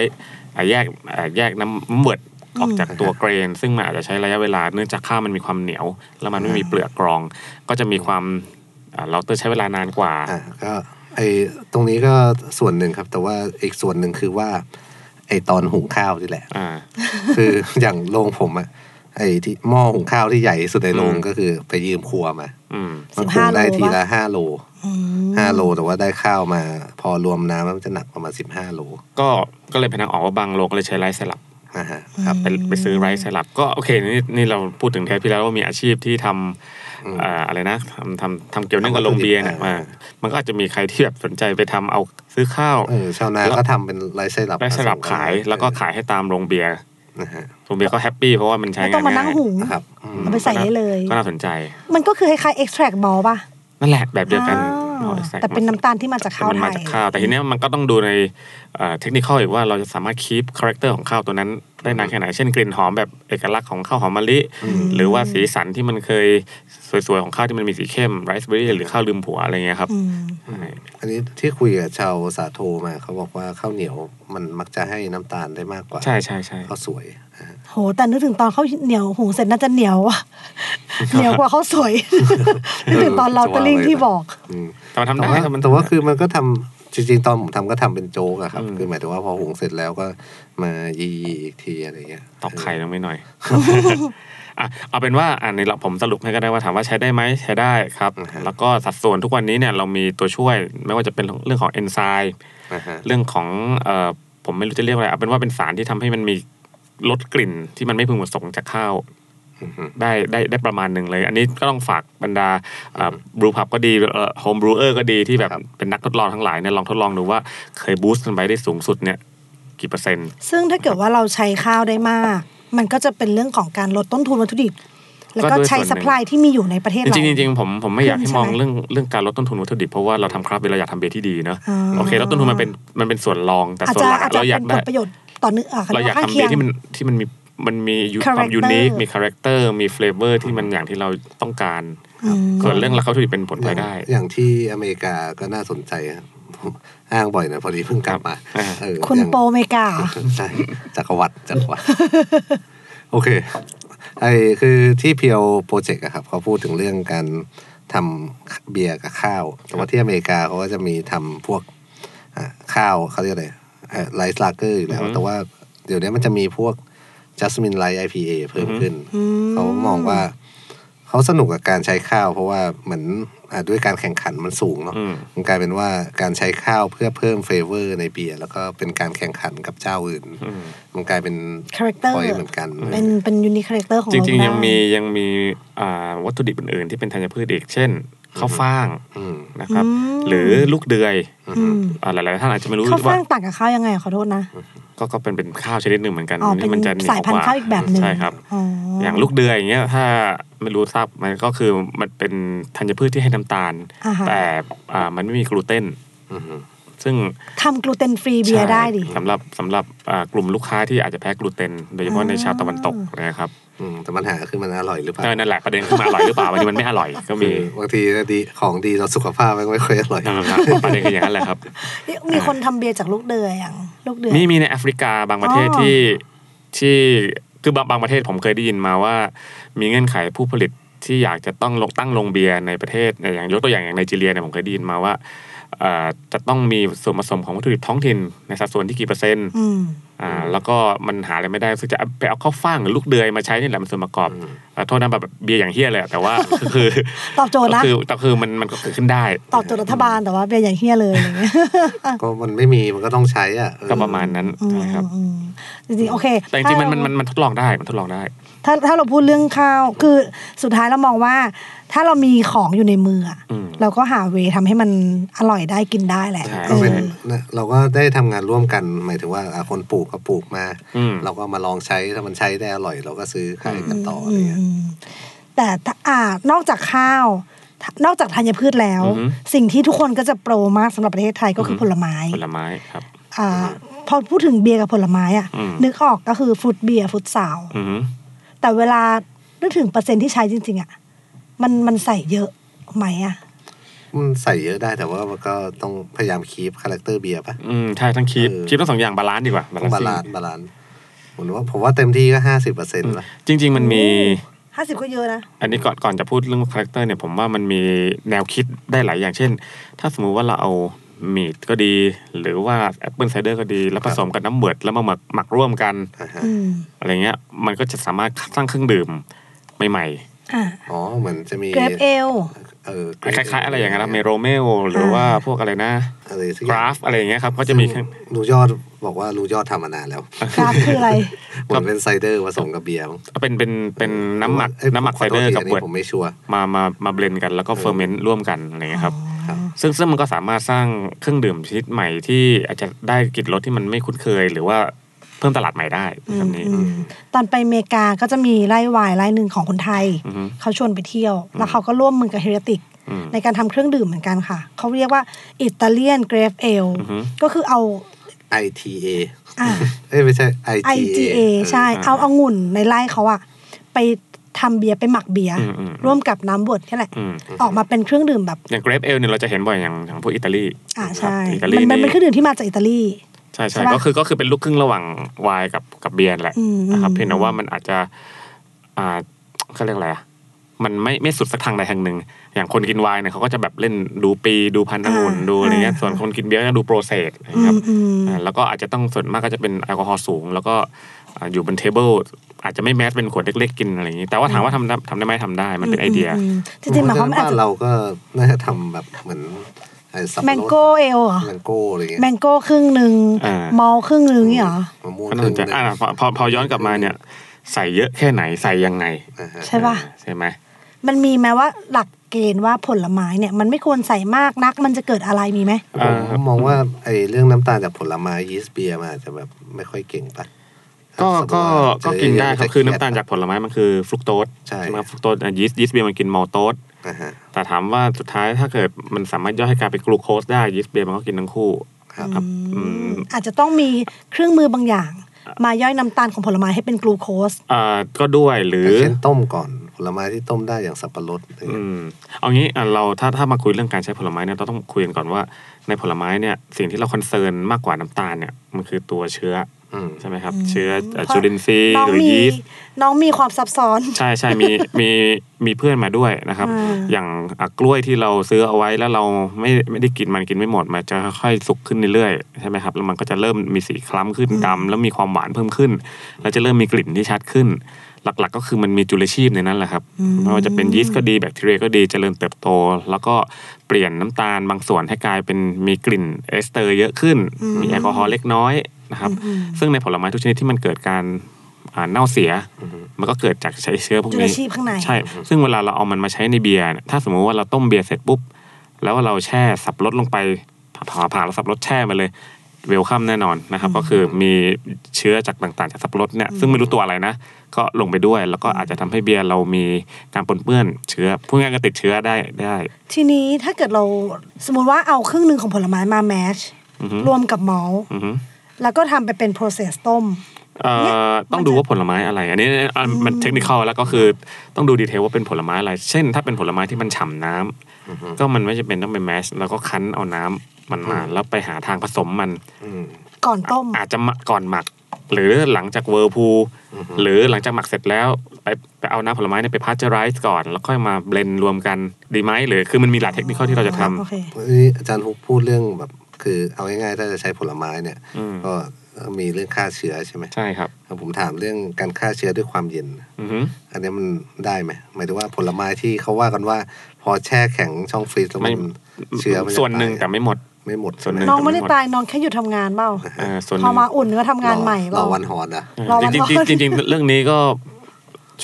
Speaker 4: อ่ะแยกอ่ะแยกน้ำเบิดออกจากตัวเกรน ซึ่งมันอาจจะใช้ระยะเวลาเนื่องจากข้าวมันมีความเหนียว แล้วมันไม่มีเปลือกกรอง ก็จะมีความเราเตอร์ใช้เวลานานกว่า
Speaker 5: อ่ะก็ไอตรงนี้ก็ส่วนหนึ่งครับ แต่ว่าอีกส่วนหนึ่งคือว่า ไอตอนหุงข้าวนี่แหละ
Speaker 4: อ่า
Speaker 5: คืออย่างโรงผมอะไอ้ที่หม้อหุงข้าวที่ใหญ่ที่สุดในโรง
Speaker 4: อืม
Speaker 5: ก็คือไปยืมครัวมา
Speaker 4: อืม
Speaker 5: มั
Speaker 3: สิบ
Speaker 5: หุ
Speaker 3: ห้าง โล
Speaker 5: ได้ทีละ
Speaker 3: ปะ
Speaker 5: ห้าโล
Speaker 3: อืม
Speaker 5: ห้าโลแต่ว่าได้ข้าวมา พอรวมน้ำมันจะหนักประมาณสิบห้าโล
Speaker 4: ก็ก็เลยเป็นทางออกว่าบางโลก็เลยใช้ไรซ์สลับ
Speaker 5: นะฮะครับ
Speaker 4: ไปไปซื้อไรซ์สลับ ก็โอเคนี่นี่เราพูดถึงเทปที่แล้วว่ามีอาชีพที่ทำ
Speaker 5: อืม
Speaker 4: อ่าอะไรนะทำทำทำเกี่ยวเนื่องกับโรงเบียร์เนี่ย
Speaker 5: อ่า
Speaker 4: อ่ามันก็อาจจะมีใครที่แบบสนใจไปทำเอาซื้อข้าว
Speaker 5: เออชาวนา
Speaker 4: แล้ว
Speaker 5: ก็ทำเป็นไรไส้หลับ
Speaker 4: ได้สลับขายแล้วก็ขายให้ตามโรงเบียร์
Speaker 5: นะฮะ
Speaker 4: โรงเบียร์ก็แฮปปี้เพราะว่ามันใช้
Speaker 3: ไม่ต้อ
Speaker 4: งา
Speaker 3: น งมานั่
Speaker 4: ง่าง ย
Speaker 3: หุง
Speaker 5: นะครับอืม
Speaker 3: เอาไปใส่ได้เลย
Speaker 4: ก็น่าสนใจ
Speaker 3: มันก็คือคล้ายๆ extract ball ป่ะ
Speaker 4: นั่นแหละแบบเดียวกัน
Speaker 3: อ่า
Speaker 4: อาใส่
Speaker 3: แต่เป็นน้ำตาลที่มาจากข้าว
Speaker 4: มัน
Speaker 3: ไท
Speaker 4: มายจากข้าวแต่ทีเนี้ยมันก็ต้องดูในเทคนิคอีกว่าเราจะสามารถคีปคาแรคเตอร์ของข้าวตัวนั้นได้นานแค่ไหนเช่นกลิ่นหอมแบบเอกลักษณ์ของข้าวหอมมะลิ หรือว่าสีสันที่มันเคยสวยๆของข้าวที่มันมีสีเข้มไรซ์เบอรี่หรือข้าวลืมผัวอะไรเงี้ยครับ
Speaker 3: อืม
Speaker 4: ใช่
Speaker 5: อันนี้ที่คุยกับชาวสาโทมาเขาบอกว่าข้าวเหนียวมันมักจะให้น้ำตาลได้มากกว่า
Speaker 4: ใช่ใช่ใช่
Speaker 5: ข้าวสวยนะฮะ
Speaker 3: โหแต่นึกถึงตอนเขาเหนียวหุงเสร็จน่าจะเหนียว อะเหนียวกว่าเขาวสวยนึกถึงตอนเราตะลิงที่ บอก
Speaker 5: อืม
Speaker 4: แต่มันทำ
Speaker 5: แต่
Speaker 4: ได้
Speaker 5: ว่า
Speaker 4: ครับมัน
Speaker 5: แต่ว่า
Speaker 4: ทำได้
Speaker 5: คือมันก็ทำจริงๆ ตอนผมทำก็ทำเป็นโจ๊กอะครับ
Speaker 4: อืม
Speaker 5: คือหมายถึงว่าพอหุงเสร็จแล้วก็มายีอีกทีอะไรเงี้ย
Speaker 4: ตอกไข่ลงไปหน่อย อ่ะเอาเป็นว่าอันนี้เราผมสรุปให้ก็ได้ว่าถามว่าใช้ได้ไหมใช้ได้ครับ แล้วก็สัดส่วนทุกวันนี้เนี่ยเรามีตัวช่วย ไม่ว่าจะเป็นเรื่องของเอนไซม์
Speaker 5: นะฮะ
Speaker 4: เรื่องของเอ่อผมไม่รู้จะเรียกอะไรเอาเป็นว่าเป็นสารที่ทำให้มันมีลดกลิ่นที่มันไม่พึงประสงค์จากข้าว
Speaker 5: อือฮึ
Speaker 4: ได้ได้ได้ประมาณหนึ่งเลย อันนี้ก็ต้องฝากบรรดาบรูพับก็ดีโฮมบรูเออร์ก็ดีที่แบบเป็นนักทดลองทั้งหลายเนี่ยลองทดลองดูว่าเคยบูสต์มันไปได้สูงสุดเนี่ยกี่เปอร์เซ็นต์
Speaker 3: ซึ่งถ้าเกิดว่าเราใช้ข้าวได้มาก มันก็จะเป็นเรื่องของการลดต้นทุนวัตถุดิบ แล้วก็
Speaker 4: ก็ด้วย
Speaker 3: ใช้
Speaker 4: ส่วนหนึ่ง
Speaker 3: สปายที่มีอยู่ในประเทศ
Speaker 4: จ
Speaker 3: เรา
Speaker 4: ริงๆจริงๆผมผมไม่อยากให้
Speaker 3: ขึ้นใช่
Speaker 4: มอง
Speaker 3: ไหม
Speaker 4: เรื่องเรื่องการลดต้นทุนวัตถุดิบเพราะว่าเราทำคราฟต์เบียร์เราอยากทำเบียร์ที่ดีเนาะ
Speaker 3: อ๋อ
Speaker 4: โอเคลดต้นทุนมันเป็นมันเป็นส่วนรองแต่
Speaker 3: อาจ
Speaker 4: ส่วน
Speaker 3: จะ
Speaker 4: หลัก
Speaker 3: อาจ
Speaker 4: อะ
Speaker 3: จะ
Speaker 4: เราอยาก
Speaker 3: เป็นผล
Speaker 4: ได้
Speaker 3: ประโยชน์ต่อเนื่องอ่ะ
Speaker 4: เราอยาก
Speaker 3: ข้าง
Speaker 4: ทำ
Speaker 3: เคี
Speaker 4: เบีย
Speaker 3: ยง
Speaker 4: ร์ที่มันที่มันมีมันมี u- ความ
Speaker 3: Character
Speaker 4: ยูนิคมีคาแรคเตอร์มีเฟลเวอร์ที่มันอย่างที่เราต้องการ
Speaker 3: อืม
Speaker 4: ส่วนเรื่องราคาวัตถุดิบเป็นผลพลอยได้
Speaker 5: อย่างที่อเมริกาก็น่าสนใจครับ ผมอ้างบ่อยนะพอดีเพิ่งกลับมา
Speaker 4: อ่า
Speaker 5: เออ
Speaker 3: คุณ
Speaker 5: อย่าง
Speaker 3: โปรอเมริกาเหรอ
Speaker 5: ใช่จักรวรรดิจักรวรรดิโอเคไอคือที่เพียวโปรเจกต์อะครับเขาพูดถึงเรื่องการทำเบียร์กับข้าว แต่ว่าที่อเมริกาเขาก็จะมีทำพวก อ่ะข้าวเขาเรียกอะไรไลท์ลาเกอร์อยู่แล้ว
Speaker 4: อือฮึ
Speaker 5: แต่ว่าเดี๋ยวนี้มันจะมีพวกจัสมินไลท์ IPA เพิ่มขึ้น
Speaker 3: อื
Speaker 5: เขามองว่า เขาสนุกกับการใช้ข้าว เพราะว่าเหมือนอ่ะด้วยการแข่งขันมันสูงเนาะ
Speaker 4: อืม
Speaker 5: มันกลายเป็นว่าการใช้ข้าวเพื่อเพิ่มเฟเวอร์ในเบียร์แล้วก็เป็นการแข่งขันกับเจ้าอื่น
Speaker 4: อืม
Speaker 5: มันกลายเป็น
Speaker 3: คาแรคเตอร์
Speaker 5: พอยเหมือนกัน
Speaker 3: เป็นเป็นยูนิคาแรคเตอร์ของ
Speaker 4: จริงๆ
Speaker 3: เรา
Speaker 4: ยัง
Speaker 3: ได้
Speaker 4: มียังมีอ่าวัตถุดิบอื่นๆที่เป็นธัญพืชอีก เช่น ข้าวฟ่าง
Speaker 5: อืม
Speaker 4: นะครับ
Speaker 3: อืม
Speaker 4: หรือลูกเดือย
Speaker 3: อืม
Speaker 4: อ่าหลายๆท่านอาจจะไม่รู้
Speaker 3: ข้าว
Speaker 4: ว่า
Speaker 3: ฟ่างต่างกับข้าวยังไงอะขอโทษนะ
Speaker 4: ก็ก็เป็นเป็นข้าวชนิดหนึ่งเหมือนกัน
Speaker 3: อ๋อเป็น
Speaker 4: มัจะหว
Speaker 3: สายพันธุ์ข้าวอีกแบบหนึ่ง
Speaker 4: ใช่ครับ
Speaker 3: อ๋อ
Speaker 4: อ
Speaker 3: อ
Speaker 4: ย่างลูกเดือยอย่างเงี้ยถ้าไม่รู้ทราบมันก็คือมันเป็นธัญพืชที่ให้น้ำตาล
Speaker 3: อ่าฮะ
Speaker 4: แต่อ่ามันไม่มีกลูเตน
Speaker 5: อืม
Speaker 4: ซึ่ง
Speaker 3: ทำกลูเตนฟรีเบียร์
Speaker 4: ใช่
Speaker 3: ได้ดิ
Speaker 4: สำหรับสำหรับอ่ากลุ่มลูกค้าที่อาจจะแพ้กลูเตน โดยเฉพาะในชาวตะวันตกนะครับ
Speaker 5: อืมแต่ปัญหาคือมันอร่อยหรือเปล่า
Speaker 4: เออนั่นแหละประเด็นคือมันอร่อยหรือเปล่าวันนี้มันไม่อร่อยก็มี
Speaker 5: คือบางทีดีของดีต่อสุขภาพมันไม่ค่อยอร่อย
Speaker 4: นั่นแหละครับประเด็นคืออย่างนั้นแหละครับ
Speaker 3: นี่มีคนทำเบียร์จากลูกเดือยอย่างลูกเดือย
Speaker 4: มีมีในแอฟริกาบางประเทศ
Speaker 3: อ๋อ
Speaker 4: ที่ที่คือบางบางประเทศผมเคยได้ยินมาว่า มีเงื่อนไขผู้ผลิตที่อยากจะต้องลงตั้งโรงเบียร์ในประเทศอย่างยกตัวอย่างอย่างไนจีเรียเนี่ยผมเคยได้ยินมาว่าเอ่อจะต้องมีส่วนผสมของวัตถุดิบท้องถิ่นในสัดส่วนที่กี่เปอร์เซ็นต์
Speaker 3: อืม
Speaker 4: อ่าแล้วก็มันหาอะไรไม่ได้ซึ่งจะไปเอาข้าวฟ่างหรือลูกเดือยมาใช้นี่แหละมันส่วนประกอบอ่าโทษนะแบบเบียร์อย่างเฮี้ยเลยอะแต่ ว่า ก็คือ
Speaker 3: ตอบโจทย์นะ
Speaker 4: ก็คือแต่คือมันมันก็เกิดขึ้นได้
Speaker 3: ตอบโจทย์รัฐบาลแต่ว่าเบียร์อย่างเฮี้ยเลยอะไรเงี้ย
Speaker 5: ก็มันไม่มีมันก็ต้องใช้อ่ะเออ
Speaker 4: ก็ประมาณนั้นนะครับ
Speaker 3: อืมจริงๆ โอเค
Speaker 4: แต่จริงๆมัน
Speaker 3: ถ้า
Speaker 4: มันมันมันทดลองได้มันทดลองได้
Speaker 3: ถ้าถ้าเราพูดเรื่องข้าวคือสุดท้ายเรามองว่า ถ้าเรามีของอยู่ในมืออะ
Speaker 4: อืม
Speaker 3: เราก็หาเวย์ทำให้มันอร่อยได้กินได้แหละ
Speaker 4: ใช่
Speaker 3: เอ
Speaker 5: ก็เป็น
Speaker 3: อ
Speaker 5: นะเราก็ได้ทำงานร่วมกันหมายถึงว่าอ่ะคนปลูกก็ปลูกมา
Speaker 4: อืม
Speaker 5: เราก็มาลองใช้ถ้ามันใช้ได้อร่อย เราก็ซื้อขายกันต่ออะไรเงี้ย
Speaker 3: มแต่ถ้าอ่านอกจากข้าว นอกจากธัญพืชแล้ว
Speaker 4: อือหือ
Speaker 3: สิ่งที่ทุกคนก็จะโปรมากสำหรับประเทศไทยก็คือผลไม้
Speaker 4: ผลไม้ครับ
Speaker 3: อ่าพอพูดถึงเบียร์กับผลไม้อ่ะ
Speaker 4: อืม
Speaker 3: นึกออกก็คือฟุตเบียร์ฟุตสาว
Speaker 4: อืม
Speaker 3: แต่เวลานึกถึงเปอร์เซ็นต์ที่ใช้จริง ๆ อ่ะ มันมันใส่เยอะไหมอ่ะ
Speaker 5: มันใส่เยอะได้แต่ว่ามันก็ต้องพยายามคีปคาแรคเตอร์เบียร์ปะ
Speaker 4: อืมใช่ทั้งคีบ
Speaker 5: เออ
Speaker 4: คีบทั้งสองอย่างบาลานซ์ดีกว่า
Speaker 5: ต้องบาลานซ์บาลานซ์ผมว่าผมว่าเต็มที่ก็ห้าสิบเปอร์เซ็นต์ละ
Speaker 4: จริง ๆ มันมี
Speaker 3: ห้าสิบก็เยอะนะ
Speaker 4: อันนี้ก่อนก่อนจะพูดเรื่องคาแรคเตอร์เนี่ยผมว่ามันมีแนวคิดได้หลายอย่างเช่น ถ้าสมมุติว่าเราเอามีดก็ดี หรือว่าแอปเปิลไซเดอร์ก็ดี แล้วผสมกับน้ำเบิร์ดแล้วมาหมักหมักร่วมกัน
Speaker 5: อ่าฮะ
Speaker 3: อืม
Speaker 4: อะไรเงี้ยมันก็จะสามารถสร้างเครื่องดื่มใหม่
Speaker 3: อ่า
Speaker 5: อ๋อเหมือนจะมี
Speaker 3: เกรปเอล
Speaker 5: เออ
Speaker 4: ๆ ค
Speaker 5: grape
Speaker 4: ล้าย ๆ อะไรอย่างเงี้ยนะเมโรเมลหรือว่าพวกอะไรนะ
Speaker 5: อะไรสักอ
Speaker 4: ก
Speaker 5: ย่า
Speaker 4: ราฟ
Speaker 5: ง
Speaker 4: อะไรอย่างเงี้ยครับก็จะมีเครื่อง
Speaker 5: ลุงยอดบอกว่าลุงยอดทำมานานแล้ว
Speaker 3: กราฟคืออะไร
Speaker 5: เหมือนเป็นไซเดอร์ผสมกับเบียร์มั้ง
Speaker 4: เป็นเป็นเป็นน้ำหมัก
Speaker 5: เอ้ย
Speaker 4: น้ำหมัก
Speaker 5: ผ
Speaker 4: ไซเดอร์กับ
Speaker 5: ขโทษทีน
Speaker 4: เบิ
Speaker 5: นี้
Speaker 4: ร์ด
Speaker 5: ผมไม่ชัวร์
Speaker 4: มามามาเบลนกันแล้วก็เฟอร์เมนต์ร่วมกันอะไรเงี้ยครับ
Speaker 5: ครับ
Speaker 4: ซึ่งซึ่งมันก็สามารถสร้างเครื่องดื่มชนิดใหม่ที่อาจจะได้กลิ่นรสที่มันไม่คุ้นเคย หรือว่าเพิ่มตลาดใหม่ได้แบบนี้
Speaker 3: อืม ตอนไปอเมริกาก็จะมีไร่วายไร่หนึ่งของคนไทย
Speaker 4: อือฮึ
Speaker 3: เขาชวนไปเที่ยว แล้วเขาก็ร่วมมือกับเฮเรติก
Speaker 4: อืม
Speaker 3: ในการทำเครื่องดื่มเหมือนกันค่ะ เขาเรียกว่าอิตาเลียนเกรฟเอล
Speaker 4: อือฮึ
Speaker 3: ก็คือเอา
Speaker 5: ITA
Speaker 3: อ่า
Speaker 5: เอ้ยไม่ใช่ IGA
Speaker 3: IGA
Speaker 5: เออ
Speaker 3: ใช่ เอาเอาองุ่นในไร่เขาอะไปทำเบียร์ไปหมักเบียร์
Speaker 4: อืมอืม
Speaker 3: ร่วมกับน้ำบดนี่แหละ
Speaker 4: อืม
Speaker 3: ออกมาเป็นเครื่องดื่มแบบ
Speaker 4: อย่างเกรปเอลเนี่ยเราจะเห็นบ่อยอย่างอย่างพวกอิตาลี
Speaker 3: อ่า
Speaker 4: ครับ
Speaker 3: ใช่
Speaker 4: อิตาลี
Speaker 3: มันเป็น
Speaker 4: นี่
Speaker 3: เครื่องดื่มที่มาจากอิตาลี
Speaker 4: ใช่
Speaker 3: ใช่
Speaker 4: ใช่
Speaker 3: ปะ
Speaker 4: ก็คือก็คือเป็นลูกครึ่งระหว่างไวน์กับกับเบียร์แหละ
Speaker 3: อืม
Speaker 4: นะครับ
Speaker 3: อืม
Speaker 4: เพียงแต่ว่ามันอาจจะอ่าเขาเรียกอะไรอ่ะมันไม่ไม่สุดสักทางใดทางหนึ่ง อย่างคนกินไวน์เนี่ยเขาก็จะแบบเล่นดูปีดูพันธุ์องุ่นดูอะไรเงี้ยส่วนคนกินเบียร์ก็จะดูโปรเซสนะ
Speaker 3: อื
Speaker 4: ครับ
Speaker 3: มอืม
Speaker 4: อ่าแล้วก็อาจจะต้องส่วนมากก็จะเป็นแอลกอฮอล์สูง แล้วก็อ่าอยู่บนเทเบิลอาจจะไม่แมสเป็นขวดเล็กๆกินอะไรอย่างนี้ แต่ว่าถามว่าทำได้ทำได้ไหมทำได้มันเป็นไอเดีย
Speaker 3: มมจริงๆหมายความว่า
Speaker 5: เพระ
Speaker 3: อาจ
Speaker 5: ฉะ
Speaker 3: จะ
Speaker 5: นั้นบ้นเราก็น่าจะทำแบบเหมือนไอ้สับปะรด
Speaker 3: แมงโก้เอลเหรอ
Speaker 5: แมงโก้อะไรเงี้ย
Speaker 3: แมงโก้ครึ่งหนึ่ง
Speaker 4: อ่า
Speaker 3: มอลครึ่งหนึ่งเนี่ยเหรอ
Speaker 5: มะม่วง
Speaker 4: ก็น่าสนใจ
Speaker 5: ครึ่งห
Speaker 4: อ่าพอพอพอย้อนกลับมาเนี่ยใส่เยอะแค่ไหนใส่ยังไง
Speaker 5: อ่าฮะ
Speaker 3: ใช่ป่ะ
Speaker 4: อ่าใช่ไหม
Speaker 3: มันมีไหมว่าหลักเกณฑ์ว่าผลไม้เนี่ย มันไม่ควรใส่มากนัก มันจะเกิดอะไรมีไหม
Speaker 4: อ่า
Speaker 5: ผมมองว่าไอ้เรื่องน้ำตาลจากผลไม้ยีสต์เบียร์มันอาจจะแบบไม่ค่อยเก่งปะ
Speaker 4: ก็
Speaker 5: สมมุติ
Speaker 4: ก็
Speaker 5: ว่า
Speaker 4: ก็
Speaker 5: เจอ
Speaker 4: กินได้ครับคือน้ำตาล
Speaker 5: เย
Speaker 4: จา
Speaker 5: อะ
Speaker 4: กผลไม้มันคือฟรุกโตส
Speaker 5: ใช่
Speaker 4: ไหมครับฟรุกโตสอ่ะยีสต์ยีสต์เบียร์มันกินมอลโตส
Speaker 5: อ่าฮะ
Speaker 4: แต่ถามว่าสุดท้ายถ้าเกิดมันสามารถย่อยให้กลายเป็นกลูโคสได้ยีสต์เบียร์มันก็กินทั้งคู่
Speaker 5: ครับ
Speaker 4: ครับอืม
Speaker 3: อาจจะต้องมีเครื่องมือบางอย่าง มาย่อยน้ำตาลของผลไม้ให้เป็นกลูโคส
Speaker 4: อ่าก็ด้วยหรื
Speaker 5: ย่า
Speaker 4: อง
Speaker 5: เช่นต้มก่อนผลไม้ที่ต้มได้อย่างสับปะรดอะไร
Speaker 4: อื
Speaker 5: เงี้ย
Speaker 4: มเอางี้อ่ะเราถ้าถ้ามาคุยเรื่องการใช้ผลไม้เนี่ยเราต้องคุยกันก่อนว่าในผลไม้เนี่ยสิ่งที่เราคอนเซิร์นมากกว่าน้ำตาลเนี่ยมันคือตัวเชื้อ
Speaker 5: อืม
Speaker 4: ใช่ไหมครับ เชื้ออ่ะ
Speaker 3: เพราะ
Speaker 4: จุลินทรีย์
Speaker 3: น้อง
Speaker 4: หรือ
Speaker 3: มี
Speaker 4: ยีสต์
Speaker 3: น้องมีความซับซ้อน
Speaker 4: ใช่ใช่มีมีมีเพื่อนมาด้วยนะครับ
Speaker 3: อ่า
Speaker 4: อย่างอ่ะกล้วยที่เราซื้อเอาไว้แล้วเราไม่ไม่ได้กินมันกินไม่หมดมันจะค่อยๆสุกขึ้นเรื่อยๆใช่ไหมครับแล้วมันก็จะเริ่มมีสีคล้ำขึ้นดำแล้วมีความหวานเพิ่มขึ้น แล้วจะเริ่มมีกลิ่นที่ชัดขึ้น หลักๆ ก็คือมันมีจุลชีพในนั้นแหละครับไม่ว่าจะเป็นยีสต์ก็ดีแบคทีเรียก็ดีเจริญเติบโต แล้วก็เปลี่ยนน้ำตาลบางส่วนให้กลายเป็นมีกลิ่นเอสเตอร์เยอะขึ้น มีแอลกอฮอล์เล็กน้อยนะครับซึ่งในผลไม้ทุกชนิดที่มันเกิดการ อ่าเน่าเสีย มันก็เกิดจากใช้เชื้อพวก
Speaker 3: จุล
Speaker 4: นี้
Speaker 3: ชีพข้างใน
Speaker 4: ใช่ ซึ่งเวลาเราเอามันมาใช้ในเบียร์เนี่ยถ้าสมมุติว่าเราต้มเบียร์เสร็จปุ๊บ แล้วเราแช่สับรสลงไปผ่าผ่าผ่าแล้วสับรสแช่มาเลยเวลคัมแน่นอนนะครับ ก็คือมีเชื้อจากต่างๆจากสับปะรดเนี่ยซึ่งไม่รู้ตัวอะไรนะ ก็ลงไปด้วย แล้วก็อาจจะทำให้เบียร์เรามีการปนเปื้อนเชื้อพูดง่ายๆก็ติดเชื้อได้ได้
Speaker 3: ทีนี้ถ้าเกิดเราสมมติว่าเอาครึ่งหนึ่งของผลไม้มาแมช
Speaker 4: อือฮึ
Speaker 3: รวมกับเมาส์
Speaker 4: อือฮึ
Speaker 3: แล้วก็ทำไปเป็น process ต้ม
Speaker 4: เอ่
Speaker 3: เนี่ย
Speaker 4: อต้องดูว่าผลไม้อะไร อันนี้อันมันเทคนิคแล้วก็คือต้องดูดีเทลว่าเป็นผลไม้อะไร เช่น ถ้าเป็นผลไม้ที่มันฉ่ำน้ำก็มันไม่จำเป็นต้องเป็นแมชแล้วก็คั้นเอาน้ำมันมาแล้วไปหาทางผสมมัน
Speaker 5: อืม
Speaker 3: ก่อนต้ม
Speaker 4: อาจจะหมักก่อนหมัก หรือหลังจากเวอร์พูลหรือหลังจากหมักเสร็จแล้วไปไปเอาน้ำผลไม้เนี่ยไปพาสเจอไรส์ก่อน แล้วค่อยมาเบลนด์รวมกันดีไหมหรือคือมันมีหลายเทคนิคที่เราจะทำ
Speaker 3: โอเค
Speaker 5: นี่อาจารย์ฮุกพูดเรื่องแบบ คือเอาง่ายๆถ้าจะใช้ผลไม้เนี่ย
Speaker 4: อืม
Speaker 5: ก็มีเรื่องฆ่าเชื้อใช่ไหม
Speaker 4: ใช่ครับ
Speaker 5: ผมถามเรื่องการฆ่าเชื้อด้วยความเย็น
Speaker 4: อือฮึ
Speaker 5: อันนี้มันได้ไหมหมายถึงว่าผลไม้ที่เขาว่ากันว่า พอแช่แข็งช่องฟรีซแล้วมัน
Speaker 4: ไม่
Speaker 5: เชื้อมัจะ
Speaker 4: ส่วนหนึ่งแต่
Speaker 5: ตาย
Speaker 4: ไม่หมด
Speaker 5: ไม่หมด
Speaker 4: ส่วนหนึ่ง
Speaker 3: น้องไม่ได้ตายน้องแค่หยุดทำงานเปล่า
Speaker 4: เอ่อส่วนห
Speaker 3: พอ
Speaker 4: นึ่ง
Speaker 3: มาอุ่นก็ทำงานใหม่
Speaker 5: ร
Speaker 3: เป
Speaker 5: อ
Speaker 3: ล่า
Speaker 5: วันฮอนนะ
Speaker 3: รอวัน
Speaker 4: จริง
Speaker 3: ก่อน
Speaker 4: ๆจริงๆจริงๆเรื่อง นี้ก็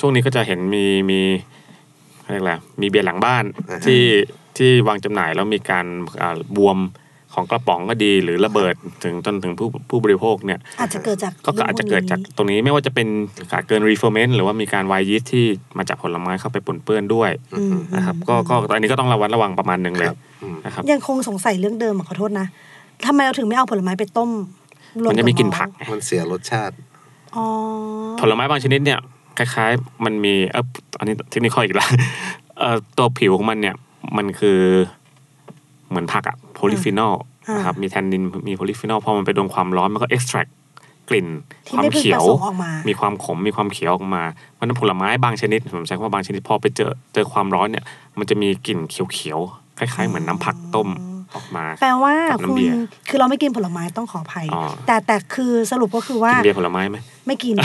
Speaker 4: ช่วงนี้ก็จะเห็นมีมีเรียกอะไรมีเบียร์หลังบ้านที่ที่วางจำหน่ายแล้วมีการอ่าบวมของกระป๋องก็ดีหรือระเบิดถึงจนถึงผู้ผู้บริโภคเนี่ย
Speaker 3: อาจจะเกิดจาก
Speaker 4: ก็ก็อาจจะเกิดจากตรงนี้ไม่ว่าจะเป็นการเกินรีเฟอร์เมนต์หรือว่ามีการวายยีสต์ที่มาจากผลไม้เข้าไปปนเปื้อนด้วย
Speaker 3: อืม
Speaker 4: นะครับก็ก็อันนี้ก็ต้องระวัดระวังประมาณหนึ่งเลยนะครับ
Speaker 3: ยังคงสงสัยเรื่องเดิมอะขอโทษนะทำไมเราถึงไม่เอาผลไม้ไปต้มรว
Speaker 4: มันจะมีกลิ่นผัก
Speaker 5: มันเสียรสชาติ
Speaker 3: อ๋อ
Speaker 4: ผลไม้บางชนิดเนี่ยคล้ายๆ มันมีเอออันนี้เทคนิคอีกแล้ว เอ่อตัวผิวของมันเนี่ยมันคือเหมือนผักอะโพลิฟีนอลนะครับมีแทนนินมีโพลิฟีนอลพอมันไปโดนความร้อนมันก็เอ็กซ์แทรกกลิ่น
Speaker 3: ที่
Speaker 4: ความ
Speaker 3: ไม่พึง
Speaker 4: เขี
Speaker 3: ป
Speaker 4: ย
Speaker 3: ระ
Speaker 4: ว
Speaker 3: สงค์ออกมา
Speaker 4: มีความขมมีความเขียวออกมาเพราะฉะนั้นผลไม้บางชนิดผมใช้คำว่าบางชนิดพอไปเจอเจอความร้อนเนี่ยมันจะมีกลิ่นเขียวๆคล้ายๆ เหมือนน้ำผักต้มออกมา
Speaker 3: แปลว่า
Speaker 4: กับน้ำ
Speaker 3: คุณ
Speaker 4: เบียร์
Speaker 3: คือเราไม่กินผลไม้ต้องขออภัย
Speaker 4: อ๋อ
Speaker 3: แต่แต่คือสรุปก็คือว่า
Speaker 4: กินเบียร์ผลไม้ไหม
Speaker 3: ไม่ กิน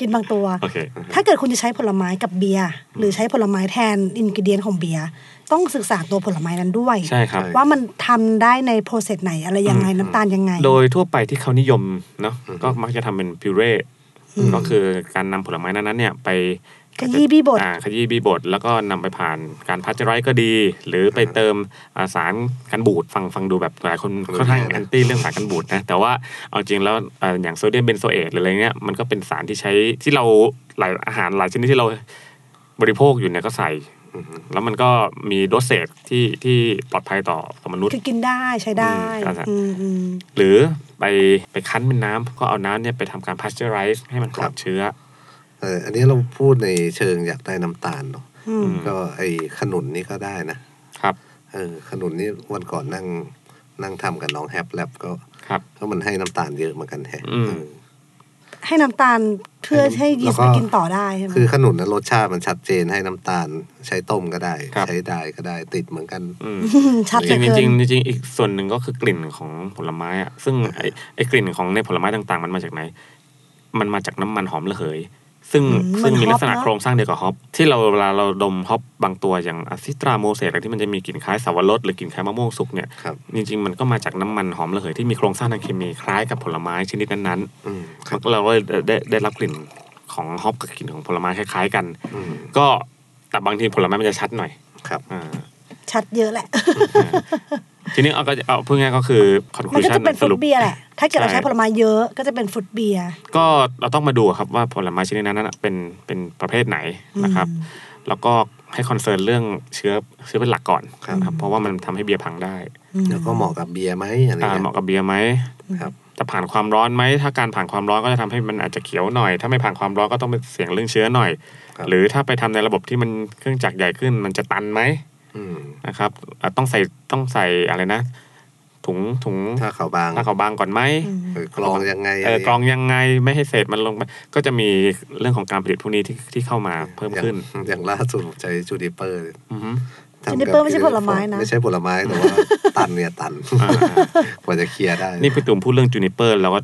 Speaker 3: กินบางตัว
Speaker 4: โอเค
Speaker 3: ถ้าเกิดคุณจะใช้ผลไม้กับเบียร์หรือใช้ผลไม้แทนอินกิเดียนของเบียร์ต้องศึกษาตัวผลไม้นั้นด้วย
Speaker 4: ใช่ครับ
Speaker 3: ว่ามันทำได้ในโปรเซสไหนอะไรยังไงน้ำตาลยังไง
Speaker 4: โดยทั่วไปที่เขานิยมเนาะก็มักจะทำเป็นพิวเร่ก็คือการนำผลไม้นั้นๆเนี่ยไป
Speaker 3: ขยี้บี้บด
Speaker 4: อ่าขยี้บีบดแล้วก็นำไปผ่านการพัชไรส์ก็ดี หรือไปเติมอ่าสารกันบูดฟังฟังดูแบบหลายคนค่อนข้างแอนตี้เรื่องสารกันบูดนะแต่ว่าเอาจริงแล้วอ่าอย่างโซเดียมเบนโซเอทหรืออะไรเงี้ยมันก็เป็นสารที่ใช้ที่เราหลายอาหารหลายชนิดที่เราบริโภคอยู่เนี่ยก็ใส่ แล้วมันก็มีโดสเซจที่ที่ปลอดภัยต่อต่อมนุษย์
Speaker 3: คือกินได้ใช้ได้
Speaker 4: อืมครับ
Speaker 3: อืมอืม
Speaker 4: หรือไปไปคั้นเป็นน้ำก็เอาน้ำเนี่ยไปทำการพาสเจอไรส์ให้มันปลอดเชื้อ
Speaker 5: เอออันนี้เราพูดในเชิงอยากได้น้ำตาลเนาะ
Speaker 3: อืม
Speaker 5: ก็ไอ้ขนุนนี่ก็ได้นะครับ เออขนุนนี่วันก่อนนั่งนั่งทำกับน้องแฮปแลบก็
Speaker 4: ครับ
Speaker 5: ก็มันให้น้ำตาลเยอะเหมือนกันแฮะ
Speaker 4: อืม
Speaker 5: เออ
Speaker 3: ให้น้ำตาลเพื่อให้ยีสต์ไปกินต่อได้ใช่ไหม
Speaker 5: คือขนุนนะรสชาติมันชัดเจนให้น้ำตาลใช้ต้มก็ได้
Speaker 4: ครับ
Speaker 5: ใช้ได้ก็ได้ติดเหมือนกัน
Speaker 4: อืม
Speaker 3: อืมชัดเห
Speaker 4: จ
Speaker 3: ล
Speaker 4: ริ
Speaker 3: ย
Speaker 4: ง
Speaker 3: เกิ
Speaker 4: ๆจริ
Speaker 3: น
Speaker 4: งๆจริงๆอีกส่วนหนึ่งก็คือกลิ่นของผลไม้อะซึ่งไอ้ไอ้กลิ่นของในผลไม้ต่างๆ มันมาจากไหน มันมาจากน้ำมันหอมระเหย ซึ่งซึ่งมีลักษณะโครงสร้างเดียวกับฮอปที่เราเวลาเราดมฮอปบางตัวอย่างอะซิตราโมเสสอะไรที่มันจะมีกลิ่นคล้ายสาวรสหรือกลิ่นคล้ายมะม่วงสุกเนี่ย
Speaker 5: ครับ
Speaker 4: จริงๆมันก็มาจากน้ำมันหอมระเหยที่มีโครงสร้างทางเคมีคล้ายกับผลไม้ชนิดนั้นๆ
Speaker 5: อืม
Speaker 4: มันก็เราก็ได้ได้ได้รับกลิ่นของฮอปกับกลิ่นของผลไม้คล้ายๆกัน
Speaker 5: อืม
Speaker 4: ก็แต่บางทีผลไม้มันจะชัดหน่อย
Speaker 5: ครับ
Speaker 4: อ่า
Speaker 3: ชัดเยอะแหละ
Speaker 4: ทีนี้เอาก็เอาพูดง่ายๆก็คือคอนค
Speaker 3: มั
Speaker 4: ลู
Speaker 3: นก็
Speaker 4: ชั
Speaker 3: จะเป็น
Speaker 4: นส
Speaker 3: ฟุต
Speaker 4: รุป
Speaker 3: เบียร์แหละ ถ้าเกิดเรา
Speaker 4: ใช่
Speaker 3: ใช้ผลไม้เยอะก็จะเป็นฟุตเบียร์
Speaker 4: ก็เราต้องมาดูครับว่าผลไม้ชนิดนั้นนะเป็นเป็นประเภทไหนนะครับ แล้วก็ให้คอนเซิร์นเรื่องเชื้อเชื้อเป็นหลักก่อนนะครับเพราะว่ามันทำให้เบียร์พังได้
Speaker 5: แล้วก็เหมาะกับเบียร์ไหมอะไร
Speaker 4: อ่า
Speaker 5: เงี้ย
Speaker 4: เหมาะกับเบียร์ไหม
Speaker 5: ครับ
Speaker 4: จะผ่านความร้อนไหมถ้าการผ่านความร้อนก็จะทำให้มันอาจจะเขียวหน่อย ถ้าไม่ผ่านความร้อนก็ต้องเป็นเสียงเรื่องเชื้อหน่อย
Speaker 5: ครับ
Speaker 4: หรือถ้าไปทำในระบบที่มันเครื่องจักรใหญ่ขึ้นมันจะตันไหม
Speaker 5: ม
Speaker 4: นะครับอ่ะต้องใส่ต้องใส่อะไรนะ ถุงถุง
Speaker 5: ถ้าเขาวบาง
Speaker 4: ตาขาวบางก่อนไหม
Speaker 5: เออกรองยังไง
Speaker 4: เออกรองยังไงไม่ให้เศษมันลงไปก็จะมีเรื่องของการผลิตพวกนี้ที่ที่เข้ามาเพิ่ม
Speaker 5: อย่าง
Speaker 4: ขึ้น
Speaker 5: อย่างล่าสุดผมใช้จูดิเปอร์
Speaker 4: อือฮึ
Speaker 5: ทำกับ
Speaker 3: Juniper ไม่ใช่ผลไม้นะ
Speaker 5: ไม่ใช่ผลไม้แต่ว่า ตันเนี่ยตัน
Speaker 4: อ่าก
Speaker 5: ว่าจะเคลียร์ได้
Speaker 4: นี่พี่ตุ่มพูดเรื่องจูนิเปอร์แล้วก็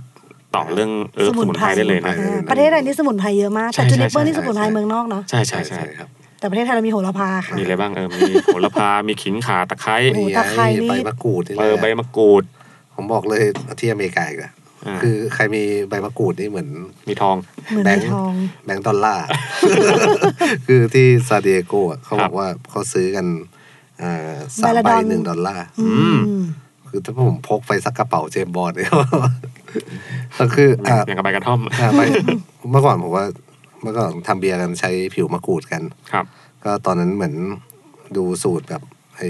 Speaker 4: ต่อเรื่องเออ
Speaker 3: ส
Speaker 4: ส
Speaker 3: มุน
Speaker 4: มุน
Speaker 3: ไพ
Speaker 4: ไพ
Speaker 3: ร
Speaker 4: รได้เลยนะ
Speaker 5: สมุนไพ
Speaker 3: อ่าประเทศไทยนี่สมุนไพรเยอะมาก แต่
Speaker 4: ใช่
Speaker 3: จูนิ
Speaker 4: ใช่
Speaker 3: เปอร์นี่ส
Speaker 4: ใช่
Speaker 3: มุนไพรเมืองนอกเนาะ
Speaker 4: ใช่ใช่ใช่
Speaker 5: ครับ
Speaker 3: แต่ประเทศไทยเรามีโหระพาค่ะ
Speaker 4: มีอะไรบ้างเออมีโหระพา มีขิงข่าตะไคร้
Speaker 3: โอ้โห
Speaker 5: นี่
Speaker 3: ตะไคร้
Speaker 5: ไง
Speaker 3: นี่
Speaker 5: ใบมะกรูดนี่แห
Speaker 4: เอ
Speaker 5: ละ
Speaker 4: อใบมะกรูด
Speaker 5: ผมบอกเลยที่อเมริกาอีกอะ
Speaker 4: เอ อ่า
Speaker 5: คือใครมีใบมะกรูดนี่เหมือน
Speaker 4: มีทอง
Speaker 3: เหมือน
Speaker 5: แบง
Speaker 3: มี
Speaker 5: ค์
Speaker 3: ทอง
Speaker 5: แบงค์ดอลลา ร์ คือที่ซาดิเอโกอะเขา
Speaker 4: ครับ บ
Speaker 5: อกว่าเขาซื้อกันอ่าสาม
Speaker 3: ใบละ
Speaker 5: ใบ
Speaker 3: ดอล
Speaker 5: หนึ่งดอลลาร์
Speaker 3: อืม
Speaker 5: คือถ้าผมพกไปสักกระเป๋าเจมส์บอลเนี่ย ก็คืออ่า
Speaker 4: อย่างกับใบกระท่อม
Speaker 5: อ่าไป เมื่อก่อนผมว่าเมื่อก่อนทำเบียร์กันใช้ผิวมะกรูดกัน
Speaker 4: ครับ
Speaker 5: ก็ตอนนั้นเหมือนดูสูตรแบบไอ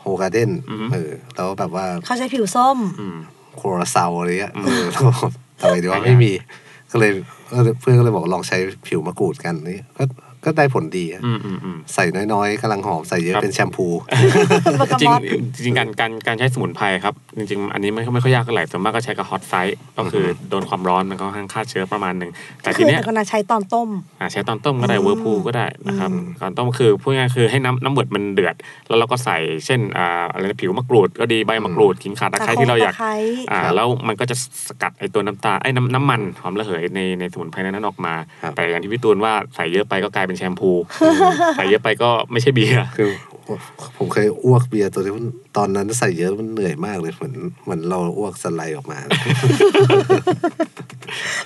Speaker 5: โฮการ์เด้น
Speaker 4: อือฮึ
Speaker 5: เออแล้วแบบว่า
Speaker 3: เขาใช้ผิวส้ม
Speaker 4: อืม
Speaker 5: โคราเซาอะไรเงี้ย
Speaker 4: อืม
Speaker 5: เออแล้วก็ทำไมดีวะ
Speaker 4: ไม่ได้
Speaker 5: ไม่มี ก็เลยก็เลยเพื่อนก็เลยบอกลองใช้ผิวมะกรูดกันนี่ก็ก็ได้ผลดีอะ
Speaker 4: อืมอืมอืม
Speaker 5: ใส่น้อยๆกำลังหอมใส่เยอะ
Speaker 4: ครับ
Speaker 5: เป็นแชมพู
Speaker 3: ปากกา
Speaker 4: จริง
Speaker 3: มอส
Speaker 4: จริงการการการใช้สมุนไพรครับ จริงๆ อันนี้ไม่ไม่ค่อยยากเท่าไหร่ส่วนมากก็ใช้กับฮอตไซส์ก็คืออโดนความร้อนมันก็ค่อนข้างฆ่าเชื้อประมาณหนึ่งแต่
Speaker 3: ก็
Speaker 4: ที
Speaker 3: คือ
Speaker 4: เนี้ย
Speaker 3: แต่ก็นาใช้ตอนต้ม
Speaker 4: อ่าใช้ตอนต้มก็ได้
Speaker 3: อืม
Speaker 4: เวอร์พูลก็ได้นะครับตอนต้มคือพูดง่ายๆคือให้น้ำน้ำเดือดมันเดือด แล้วเราก็ใส่เช่นอ่าอะไรนะผิวมะกรูดก็ดีใบมะกรูดกิ่งข่าตะไคร้ที่เราอยาก
Speaker 3: ตะไคร้
Speaker 4: อ่า
Speaker 5: ครับ
Speaker 4: แล้วมันก็จะสกัดไอตัวน้ำตาไอ้น้ำน้ำมันหอมระเหยในในสมุนไพรนั้นออกมา
Speaker 5: ครับ
Speaker 4: แต่อย่างที่พี่ตูนว่าใส่เยอะไปก็กลายเป็นแชมพูใส่เยอะไปก็ไม่ใช่เบียร์
Speaker 5: คือผมเคยอ้วกเบียร์ตัวที่มันตอนนั้นใส่เยอะมันเหนื่อยมากเลยเหมือนเหมือนเราอ้วกสไลด์ออกมา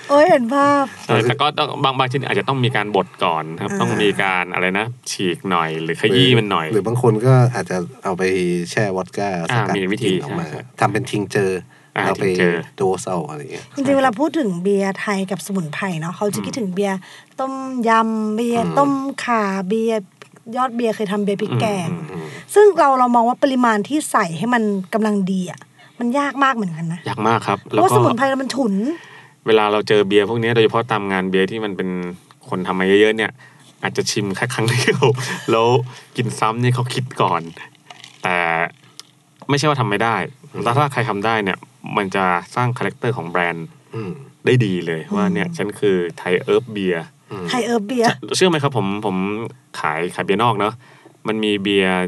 Speaker 3: เอ้ยเห็นภาพ
Speaker 4: ใช่แต่ก็ต้องบางบางชิ้นอาจจะต้องมีการบดก่อนครับ
Speaker 3: อ่า
Speaker 4: ต้องมีการอะไรนะ ฉีกหน่อยหรือขยี้มันหน่อย
Speaker 5: หรือบางคนก็อาจจะเอาไปแช่วอดก้าสกัด
Speaker 4: อ่ามีวิธี
Speaker 5: กลิ่นออกมา
Speaker 4: ใช่ใช่
Speaker 5: ทำเป็นทิงเจอร์
Speaker 4: อ่า
Speaker 5: เราไป
Speaker 4: ทิงเจอร์
Speaker 5: โดสเอาอะไรอย่างเงี้ย
Speaker 3: จริงๆเวลาพูดถึงเบียร์ไทยกับสมุนไพรเนาะเขาจะคิดถึงเบียร์ต้มยำเบียร์
Speaker 5: อืม
Speaker 3: ต้มข่าเบียร์ยอดเบียร์เคยทำเบียร์พริกแกง
Speaker 4: อืมอืม
Speaker 5: อืม
Speaker 3: ซึ่งเราเรามองว่าปริมาณที่ใส่ให้มันกำลังดีอ่ะมันยากมากเหมือนกันนะ
Speaker 4: ยากมากครับ
Speaker 3: เพ
Speaker 4: แล้ว
Speaker 3: ราะว่า
Speaker 4: ก็
Speaker 3: สมุนไพรเรามันฉุน
Speaker 4: เวลาเราเจอเบียร์พวกนี้โดยเฉพาะตามงานเบียร์ที่มันเป็นคนทำมาเยอะๆเนี่ย อาจจะชิม แค่ครั้งเดียว แล้วกินซ้ำนี่เขาคิดก่อน แต่ไม่ใช่ว่าทำไม่ได้แต่ถ้าใครทำได้เนี่ย มันจะสร้างคาแรคเตอร์ของแบรนด์
Speaker 5: อืม
Speaker 4: ได้ดีเลยว่าเนี่ยฉันคือไทยเอิร์ฟเบียร์
Speaker 5: อืม
Speaker 3: ไทยเอิร์ฟเบียร์
Speaker 4: เชื่อไหมครับผมผมขายขายเบียร์นอกเนาะมันมีเบียร์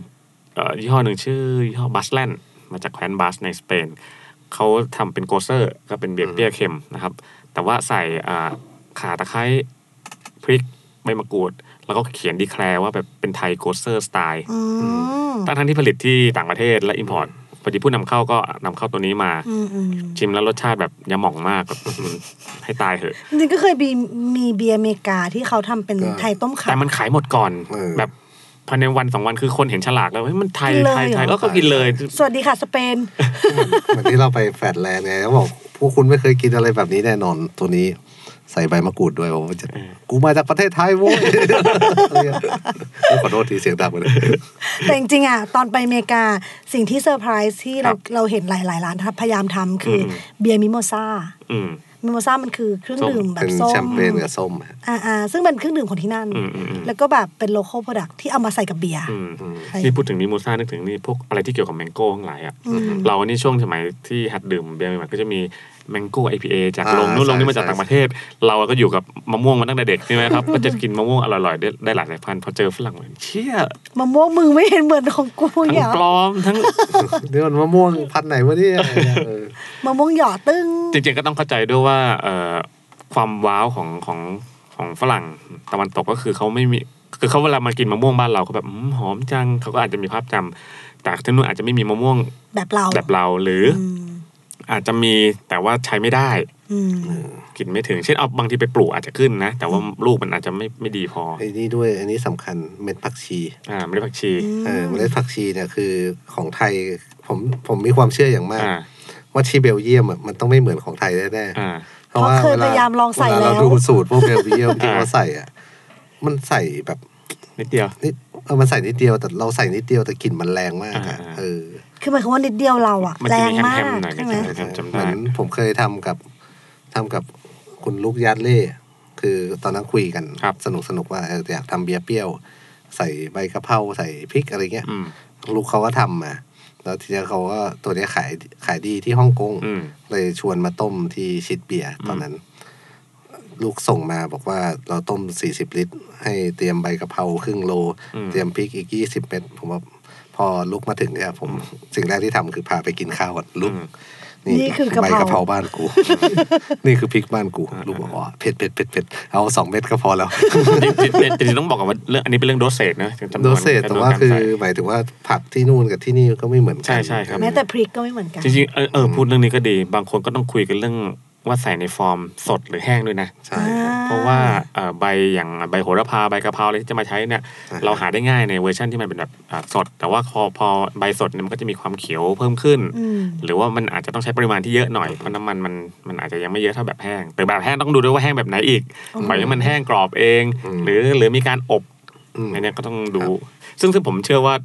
Speaker 4: เอ่อยี่ห้อหนึ่งชื่อยี่ห้อบัสแลนด์มาจากแคว้นบัสในสเปนเขาทำเป็นโกเซอร์ก็เป็นเบียร์เปรี้ยวเค็มนะครับ แต่ว่าใส่อ่าข่าตะไคร้พริกใบมะกรูด แล้วก็เขียนดีแคลร์ว่าแบบเป็นไทยโกเซอร์สไตล์
Speaker 3: อืม
Speaker 4: ทั้งทั้งๆที่ผลิตที่ต่างประเทศและอิมพอร์ตพอดีผู้นำเข้าก็นำเข้าตัวนี้มา
Speaker 3: อืมอืม
Speaker 4: ชิมแล้วรสชาติแบบยาหม่องมากแบบอื้อหือให้ตายเถอะ
Speaker 3: จริงๆก็เคยมีมีเบียร์อเมริกาที่เขาทำเป็นไทยต้ม
Speaker 4: แต่
Speaker 3: ข่า
Speaker 4: มันขายหมดก่อน
Speaker 5: เออ
Speaker 4: แบบภายในวันสองวันคือคนเห็นฉลากแล้วเฮ้ยมันไทย
Speaker 3: กินเลย
Speaker 4: ไทย
Speaker 3: เหรอ
Speaker 4: ไทยก็ก็กินเลย
Speaker 3: สวัสดีค่ะสเป น
Speaker 5: เหมือนที่เราไปแฟดแลนด์ไงเขาบอกพวกคุณไม่เคยกินอะไรแบบนี้แน่นอนตัวนี้ใส่ใบมะกรูดด้วยผมจะกูมาจากประเทศไทยโว้ยขอโทษทีเสียงดังไปเลย
Speaker 3: แต่จริงๆอ่ะ ตอนไปอเมริกาสิ่งที่เซอร์ไพรส์ที่เรา
Speaker 4: ครับ
Speaker 3: เราเห็นหลายๆร้านพยายามทำคืออ
Speaker 4: ม
Speaker 3: เบียร์มิโมซา
Speaker 4: อืม
Speaker 3: มิโมซามันคือเครื่อง
Speaker 4: ส้ม
Speaker 3: ดื่มแบ
Speaker 5: เป็
Speaker 3: บ
Speaker 5: น
Speaker 3: ส้ม
Speaker 5: แชมเปญกับส้มอะ
Speaker 3: อ่าอ่าซึ่งเป็นเครื่องดื่มของที่นั่น
Speaker 4: อืมอืมอืม
Speaker 3: แล้วก็แบบเป็นโล c a l โปรดักที่เอามาใส่กับเบียร์
Speaker 4: อืม
Speaker 5: อืม
Speaker 3: ใช่
Speaker 4: นี่พูดถึงมิมูซ่านึกถึงนี่พวกอะไรที่เกี่ยวกับแมงโก้ทั้งหลายอ่ะ
Speaker 3: อืม
Speaker 4: เรานี่ช่วงสมัยที่หัดดื่มเบียร์ใหม่ๆก็จะมีแมงโก้ IPA จาก
Speaker 5: อ่า
Speaker 4: ลงนู่นลงนี่มาจาก
Speaker 5: ใช่
Speaker 4: ต่างประเทศ เราก็อยู่กับมะม่วงมาตั้งแต่เด็กใช่ไหม ครับ ก็จะกินมะม่วงอร่อยๆได้ได้หลายสายพันธุ์พอเจอฝรั่งเหมือนเชี่ย
Speaker 3: มะม่วงมือไม่เห็นเหมือนของกู
Speaker 4: ทั้
Speaker 3: เนี่ย
Speaker 4: งปลอมทั้ง
Speaker 5: เดี๋ยวมันมะม่วงพันธุ์ไหนวะเนี่ยเออ
Speaker 3: มะม่วงหยอดตึ้ง
Speaker 4: จริงๆก็ต้องเข้าใจด้วยว่าเอ่อความว้าวของของของฝรั่งตะวันตกก็คือเขาไม่มีคือเขาเวลามากินมะม่วงบ้านเราเขาแบบอืมหอมจังเขาก็อาจจะมีภาพจำแต่ที่นู่นอาจจะไม่มีมะม่วง
Speaker 3: แบบเรา
Speaker 4: แบบเราหรืออ
Speaker 3: ม
Speaker 4: อาจจะมีแต่ว่าใช้ไม่ได้
Speaker 3: อืม
Speaker 4: กินไม่ถึง เช่นเอาบางทีไปปลูกอาจจะขึ้นนะ แต่ว่าลูกมันอาจจะไม่ไม่ดีพอ
Speaker 5: ไอ้นี่ด้วยอันนี้สำคัญเม็ดผักชี
Speaker 4: อ่าไม่ได้ผักชี
Speaker 5: เออเมล็ดผักชีเนี่ยคือของไทยผมผมมีความเชื่ออย่างมาก
Speaker 4: อ่า
Speaker 5: ว่าที่เบลเยียมอะมันต้องไม่เหมือนของไทยแน่ๆ
Speaker 4: อ่า
Speaker 5: เพราะว่า
Speaker 3: เคยพยายามลองใส่
Speaker 5: เา
Speaker 3: แล้ว
Speaker 5: เราดูสูตรพวกเบลเยียมที่
Speaker 4: อ่า
Speaker 5: เขาใส่อ่ะ มันใส่แบบ
Speaker 4: นิดเดียว
Speaker 5: นิดเออมันใส่นิดเดียวแต่เราใส่นิดเดียวแต่กลิ่นมันแรงมากอ่ะ
Speaker 4: อ่า
Speaker 5: เออ
Speaker 3: คือหมายความว่านิดเดียวเราอะ
Speaker 4: มัน
Speaker 3: แร
Speaker 4: จะ
Speaker 3: ง
Speaker 4: มีแฮม
Speaker 3: มาก
Speaker 4: แฮมๆหน่อย
Speaker 3: ใช่
Speaker 4: นะ
Speaker 3: ไหม
Speaker 4: แฮมๆจำ
Speaker 5: เห
Speaker 4: ได้
Speaker 5: มือนผมเคยทำกับทำกับคุณลูกยัดเล่คือตอนนั้นคุยกันสนุกสนุกๆว่าเอออยากทำเบียร์เปรี้ยว ใส่ใบกะเพราใส่พริกอะไรเงี้ย
Speaker 4: อืม
Speaker 5: ลูกเขาก็ทำมาแล้วทีนี้เขาก็ตัวเนี้ยขายขายดีที่ฮ่องกง
Speaker 4: อืม
Speaker 5: เลยชวนมาต้มที่ชิดเบียร์ตอนนั้น ลูกส่งมาบอกว่าเราต้มสี่สิบลิตร ให้เตรียมใบกะเพราครึ่งโล
Speaker 4: อืม
Speaker 5: เตรียมพริกอีกยี่สิบเม็ดผมว่าพอลุกมาถึงเนี่ยผมสิ่งแรกที่ทำคือพาไปกินข้าวก่อนลุก
Speaker 3: นี่คือกะ
Speaker 5: ใบ
Speaker 3: เพราก
Speaker 5: กะเพราบ้าน กู นี่คือพริกบ้านกูลูกบอกว่าเผ็ดเผ็ดเผ็ดเผ็ดเอาสองเม็ดก็พอแล้ว
Speaker 4: แต่แต่แต่จริงๆต้องบอกก่อนว่าเรื่องอันนี้เป็นเรื่องโดสเซจนะจำนวน
Speaker 5: โดสเซตแต่ว่าคือหมายถึงว่าผักที่นู่นกับที่นี่ก็ไม่เหมือนกั
Speaker 4: ใช่ใช่ครับ
Speaker 3: แม้แต่พริกก็ไม่เหมือนกัน
Speaker 4: จริงๆเออเออพูดเรื่องนี้ก็ดี บางคนก็ต้องคุยกันเรื่องว่าใส่ในฟอร์มสดหรือแห้งด้วยนะ
Speaker 5: ใช่ครับ
Speaker 4: เพราะว่าเอ่อใบอย่างใบโหระพาใบกะเพราอะไรที่จะมาใช้เนี่ย
Speaker 5: ใช่ครับ
Speaker 4: เราหาได้ง่ายในเวอร์ชันที่มันเป็นแบบอ่าสด แต่ว่าพอพอใบสดเนี่ยมันก็จะมีความเขียวเพิ่มขึ้น
Speaker 3: อืม
Speaker 4: หรือว่ามันอาจจะต้องใช้ปริมาณที่เยอะหน่อยเพราะน้ำมันมันมันอาจจะยังไม่เยอะเท่าแบบแห้งแต่แบบแห้งต้องดูด้วยว่าแห้งแบบไหนอีกปล่อยให้มันแห้งกรอบเอง
Speaker 5: อืม
Speaker 4: หรือหรือมีการอบ
Speaker 5: อืม
Speaker 4: อันเนี้ยก็ต้องดู
Speaker 5: ครับ
Speaker 4: ซึ่งซึ่งผมเชื่อว่า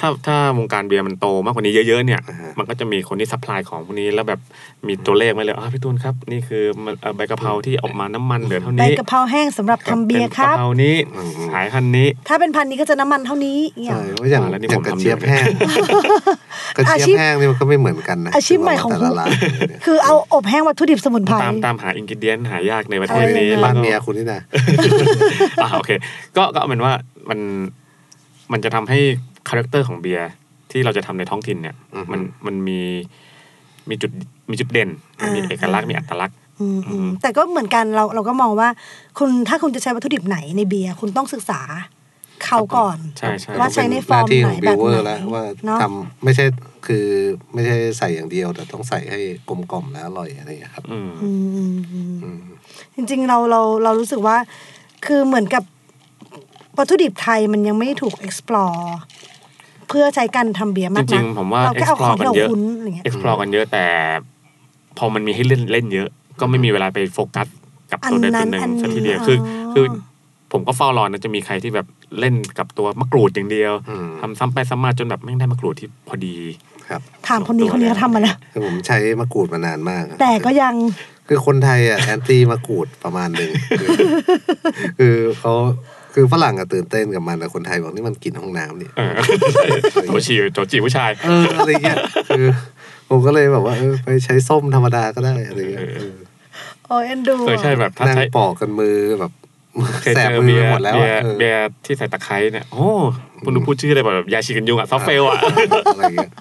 Speaker 4: ถ้าถ้าวงการเบียร์มันโตมากกว่านี้เยอะๆเนี่ย
Speaker 5: อ่าฮะ
Speaker 4: มันก็จะมีคนที่ซัพพลายของพวกนี้แล้วแบบมีตัวเลขไว้เลยอ่าพี่ตูนครับนี่คือมันเอ่อใบกะเพราที่ออกมาน้ำมันเหลือเท่า
Speaker 3: ใบ
Speaker 4: นี้
Speaker 3: กะเพราแห้งสำหรับทำเบียร์ครับ
Speaker 4: เป็นกะเพรานี้
Speaker 5: อืม
Speaker 4: ขายคันนี้
Speaker 3: ถ้าเป็นพันนี้ก็จะน้ำมันเท่านี้อย่างเงี้ย
Speaker 5: ใช่
Speaker 3: หรอ
Speaker 5: เพราะอย่าง
Speaker 4: อ่าแล้วนี่
Speaker 5: อย่าง
Speaker 4: ผม
Speaker 5: กระ
Speaker 4: ทำ
Speaker 5: เจี๊ยบ
Speaker 4: ด้วย
Speaker 5: แห้งกระเจี๊ย
Speaker 3: อาชีพ
Speaker 5: บแห้งนี่มันก็ไม่เหมือนกันนะ
Speaker 3: อาชีพใหม่ของ
Speaker 5: แต่ละร้านเนี่ย
Speaker 3: คือเอาอบแห้งวัตถุดิบสมุนไพร
Speaker 4: ตามตามหาอินกิเดียนหายากในประเท
Speaker 3: อ
Speaker 4: ศ
Speaker 3: อ
Speaker 4: นี้
Speaker 5: บ้าน
Speaker 4: แล้วก็
Speaker 5: เมียคุณนี่นะ
Speaker 4: อ่าโอเคก็ก็เอาเป็นว่ามันมันจะทำให้คาแรคเตอร์ของเบียร์ที่เราจะทำในท้องถิ่นเนี่ย
Speaker 5: อือฮึ
Speaker 4: มันมันมีมีจุดมีจุดเด่นมันมีเอกลักษณ์มีอัตลักษณ์
Speaker 3: อืมอืมแต่ก็เหมือนกันเราเราก็มองว่าคุณถ้าคุณจะใช้วัตถุดิบไหนในเบียร์คุณต้องศึกษาเขาก่อน
Speaker 4: ใช่ใช่
Speaker 3: ว่าใช้ ในฟอร์ม
Speaker 5: หน้าที่ของ
Speaker 3: ไหน
Speaker 5: บิวเวอ
Speaker 3: แบบ
Speaker 5: ร์
Speaker 3: ไหน
Speaker 5: แล้วว่า
Speaker 3: เนอะ
Speaker 5: ทำไม่ใช่คือไม่ใช่ใส่อย่างเดียวแต่ต้องใส่ให้กลมกล่อมและอร่อยอะไรอย่างเงี้ยครับ
Speaker 4: อืม
Speaker 3: อืมอืมอืม
Speaker 5: อืม
Speaker 3: จริงๆเราเราเรารู้สึกว่า คือเหมือนกับวัตถุดิบไทยมันยังไม่ถูก explore เพื่อใช้การทำเบียร์มาก
Speaker 4: จริ
Speaker 3: นั
Speaker 4: ง
Speaker 3: ก
Speaker 4: ๆผมว่า
Speaker 3: เราแค่เอาของ
Speaker 4: explore
Speaker 3: ที่เรา
Speaker 4: กันเยอะ
Speaker 3: คุ้นอะไรเงี้ย
Speaker 4: explore กันเยอะแต่ พอมันมีให้เล่นเล่นเยอะ ก็ไม่มีเวลาไปโฟกัสกับตัวใด
Speaker 3: อันนั้
Speaker 4: ตัวน หนึ่ง
Speaker 3: อันนี้
Speaker 4: ซะทีเดียว
Speaker 3: อ๋อ
Speaker 4: คือ คือผมก็เฝ้ารอนะจะมีใครที่แบบเล่นกับตัวมะกรูดอย่างเดียว
Speaker 5: อืม
Speaker 4: ทำซ้ำไปซ้ำมาจนแบบไม่งได้มะกรูดที่พอดี
Speaker 5: ครับ
Speaker 3: ถามคนนี้คนนี้เขาทำมาแล้ว
Speaker 5: คือผมใช้มะกรูดมานานมาก
Speaker 3: แต่ก็ยัง
Speaker 5: คือคนไทยอ่ะแอนตี้มะกรูดประมาณหนึ่งคือคือเขาคือฝรั่งอะตื่นเต้นกับมันแต่คนไทยบอกนี่มันกลิ่นห้องน้ำนี่
Speaker 4: เออโจชีโจจีผู้ชาย
Speaker 5: เอออะไรเงี้ยคือผมก็เลยแบบว่าเออไปใช้ส้มธรรมดาก็ได้อะไรเงี้ย
Speaker 4: เออ
Speaker 5: เออ
Speaker 3: โอ้ยเอ็นดู
Speaker 4: เคยใช่แบบถ้า
Speaker 5: นั่ง
Speaker 4: ใช้
Speaker 5: ปอกกันมือ แบบ
Speaker 4: เคย
Speaker 5: แสบ
Speaker 4: เจอ
Speaker 5: มื
Speaker 4: เบี
Speaker 5: อย ไป
Speaker 4: ร์
Speaker 5: หมดแล้ว
Speaker 4: เบีย
Speaker 5: อะ
Speaker 4: ร์
Speaker 5: เออ
Speaker 4: เบียร์ที่ใส่ตะไคร้เนี่ย โอ้คุณดูพูดชื่อเลยแบบยาชีกันยุงอะซอฟเฟลอะ
Speaker 5: อะไรเงี้ย